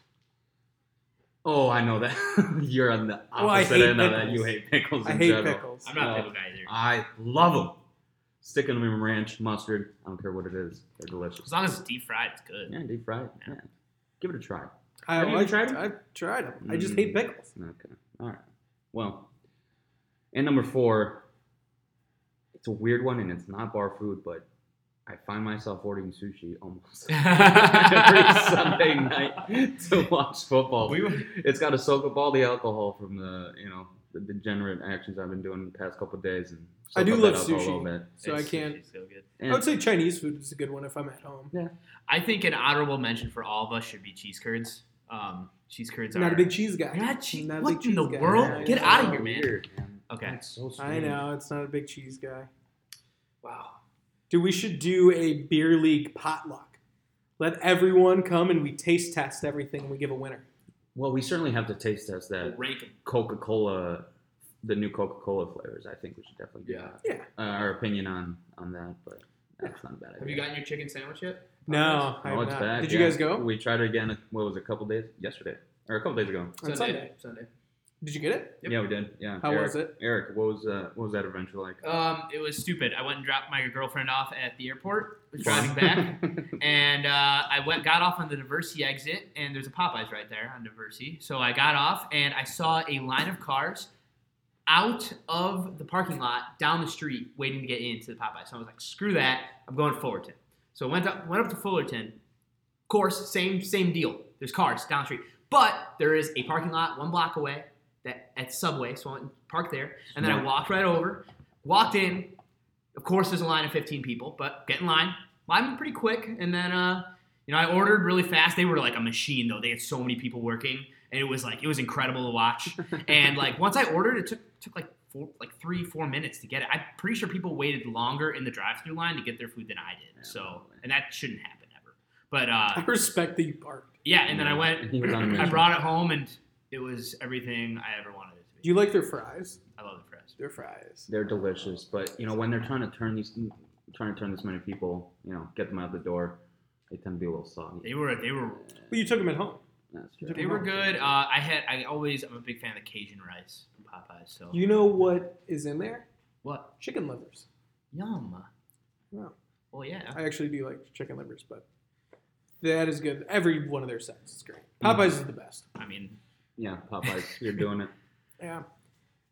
S3: Oh, I know that. You're on the
S1: Oh, I
S3: opposite
S1: hate
S3: end of that.
S1: pickles.
S3: You hate pickles
S1: I
S3: in
S1: hate
S3: general.
S1: pickles.
S2: I'm not a
S3: Oh.
S2: pickle guy either.
S3: I love them. Stick them in ranch, mustard. I don't care what it is. They're delicious.
S2: As long as it's deep fried, it's good.
S3: Yeah, deep fried. Yeah. Give it a try.
S1: I
S3: Have you
S1: like-
S3: tried 'em?
S1: I've tried them. I just hate
S3: Mm.
S1: pickles.
S3: Okay. All right. Well, and number four, it's a weird one, and it's not bar food, but I find myself ordering sushi almost every Sunday night to watch football.
S2: We were-
S3: it's got to soak up all the alcohol from the you know the degenerate actions I've been doing the past couple of days, and
S1: I
S3: soak
S1: do
S3: up
S1: love
S3: that alcohol
S1: sushi.
S3: A little bit.
S1: So I
S2: It's-
S1: can't.
S2: it's so good.
S1: I
S3: And
S1: would say Chinese food is a good one if I'm at home.
S2: I think an honorable mention for all of us should be cheese curds. Um, cheese curds
S1: not
S2: are
S1: a big cheese guy.
S2: You're not cheese-
S1: Not a
S2: what
S1: big
S2: in the
S1: guy.
S2: world?
S1: Yeah,
S2: Get
S1: yeah.
S2: out of here, man.
S3: Weird, man.
S2: Okay.
S3: It's so
S1: I
S3: strange.
S1: know it's not a big cheese guy.
S2: Wow.
S1: Dude, we should do a beer league potluck. Let everyone come and we taste test everything and we give a winner.
S3: Oh, Well, we certainly have to taste test that
S2: Rank 'em.
S3: Coca Cola, the new Coca Cola flavors. I think we should definitely do
S4: Yeah.
S3: that.
S1: Yeah.
S3: Uh, our opinion on on that, but that's not a bad.
S4: Have you
S3: idea.
S4: gotten your chicken sandwich yet?
S2: Uh,
S1: No, I
S3: No,
S1: have
S3: Oh, it's
S1: not.
S3: back,
S1: Did you
S3: yeah.
S1: guys go
S3: We tried it again. What was it, a couple days yesterday or a couple days ago?
S1: on Sunday?
S4: Sunday.
S1: Did you get it?
S4: Yep.
S3: Yeah, we did. Yeah.
S1: How
S3: Eric,
S1: was it?
S3: Eric, what was uh, what was that adventure like?
S2: Um, it was stupid. I went and dropped my girlfriend off at the airport. I was driving back, and uh, I went got off on the Diversity exit, and there's a Popeyes right there on Diversity. So I got off, and I saw a line of cars out of the parking lot down the street waiting to get into the Popeyes. So I was like, screw that, I'm going to Fullerton. So I went up went up to Fullerton. Of course, same same deal. There's cars down the street, but there is a parking lot one block away that at Subway. So I went and parked there, and then I
S3: Smart.
S2: walked right over, walked in. Of course, there's a line of 15 people, but get in line. Line went pretty quick, and then uh, you know I ordered really fast. They were like a machine though. They had so many people working, and it was like it was incredible to watch. and like once I ordered, it took took like four, like three four minutes to get it. I'm pretty sure people waited longer in the drive-through line to get their food than I did.
S3: Yeah,
S2: so,
S3: probably.
S2: and that shouldn't happen ever. But uh,
S1: I respect that you parked.
S2: yeah, and then I
S3: Yeah,
S2: went.
S3: he was on a
S2: I
S3: mission.
S2: brought it home, and it was everything I ever wanted it to
S1: Do
S2: be.
S1: you like their fries?
S2: I love the fries.
S1: Their fries.
S3: They're delicious, but you know when they're trying to turn these, trying to turn this many people, you know, get them out the door, they tend to be a little soggy.
S2: They were they were
S1: Well, you took them at home.
S3: That's
S1: You
S3: true.
S2: they were good. Uh, I had I always I'm a big fan of the Cajun rice from Popeyes. So
S1: You know what is in there?
S2: what
S1: Chicken livers.
S2: yum?
S1: Wow.
S2: Well, yeah.
S1: I actually do like chicken livers, but that is good. Every one of their sets is great. Popeyes is the best.
S2: I mean,
S3: Yeah, Popeyes, you're doing it.
S1: Yeah.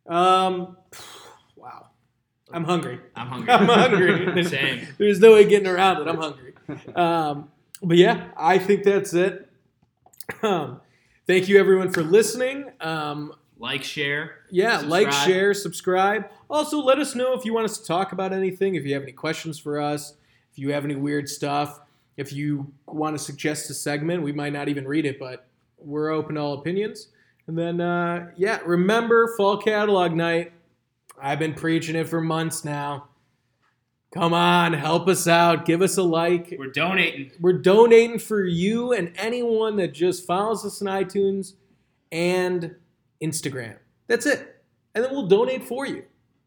S1: Um. Wow. I'm hungry.
S2: I'm hungry.
S1: I'm hungry. There's-
S2: Same.
S1: There's no way getting around it. I'm hungry. Um, but yeah, I think that's it. Um, thank you everyone for listening. Um,
S2: Like, share,
S1: yeah, like,
S2: Subscribe.
S1: share, subscribe. Also, let us know if you want us to talk about anything, if you have any questions for us, if you have any weird stuff, if you want to suggest a segment. We might not even read it, but we're open to all opinions. And then, uh, yeah, remember Fall Catalog Night. I've been preaching it for months now. Come on, help us out. Give us a like.
S2: We're donating.
S1: We're donating for you and anyone that just follows us on iTunes and Instagram. That's it. And then we'll donate for you.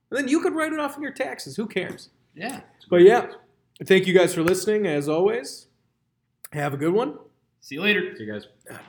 S1: And then you could write it off in your taxes. Who cares?
S2: Yeah.
S1: But yeah, thank you guys for listening. As always, have a good one.
S2: See you later.
S3: See you guys.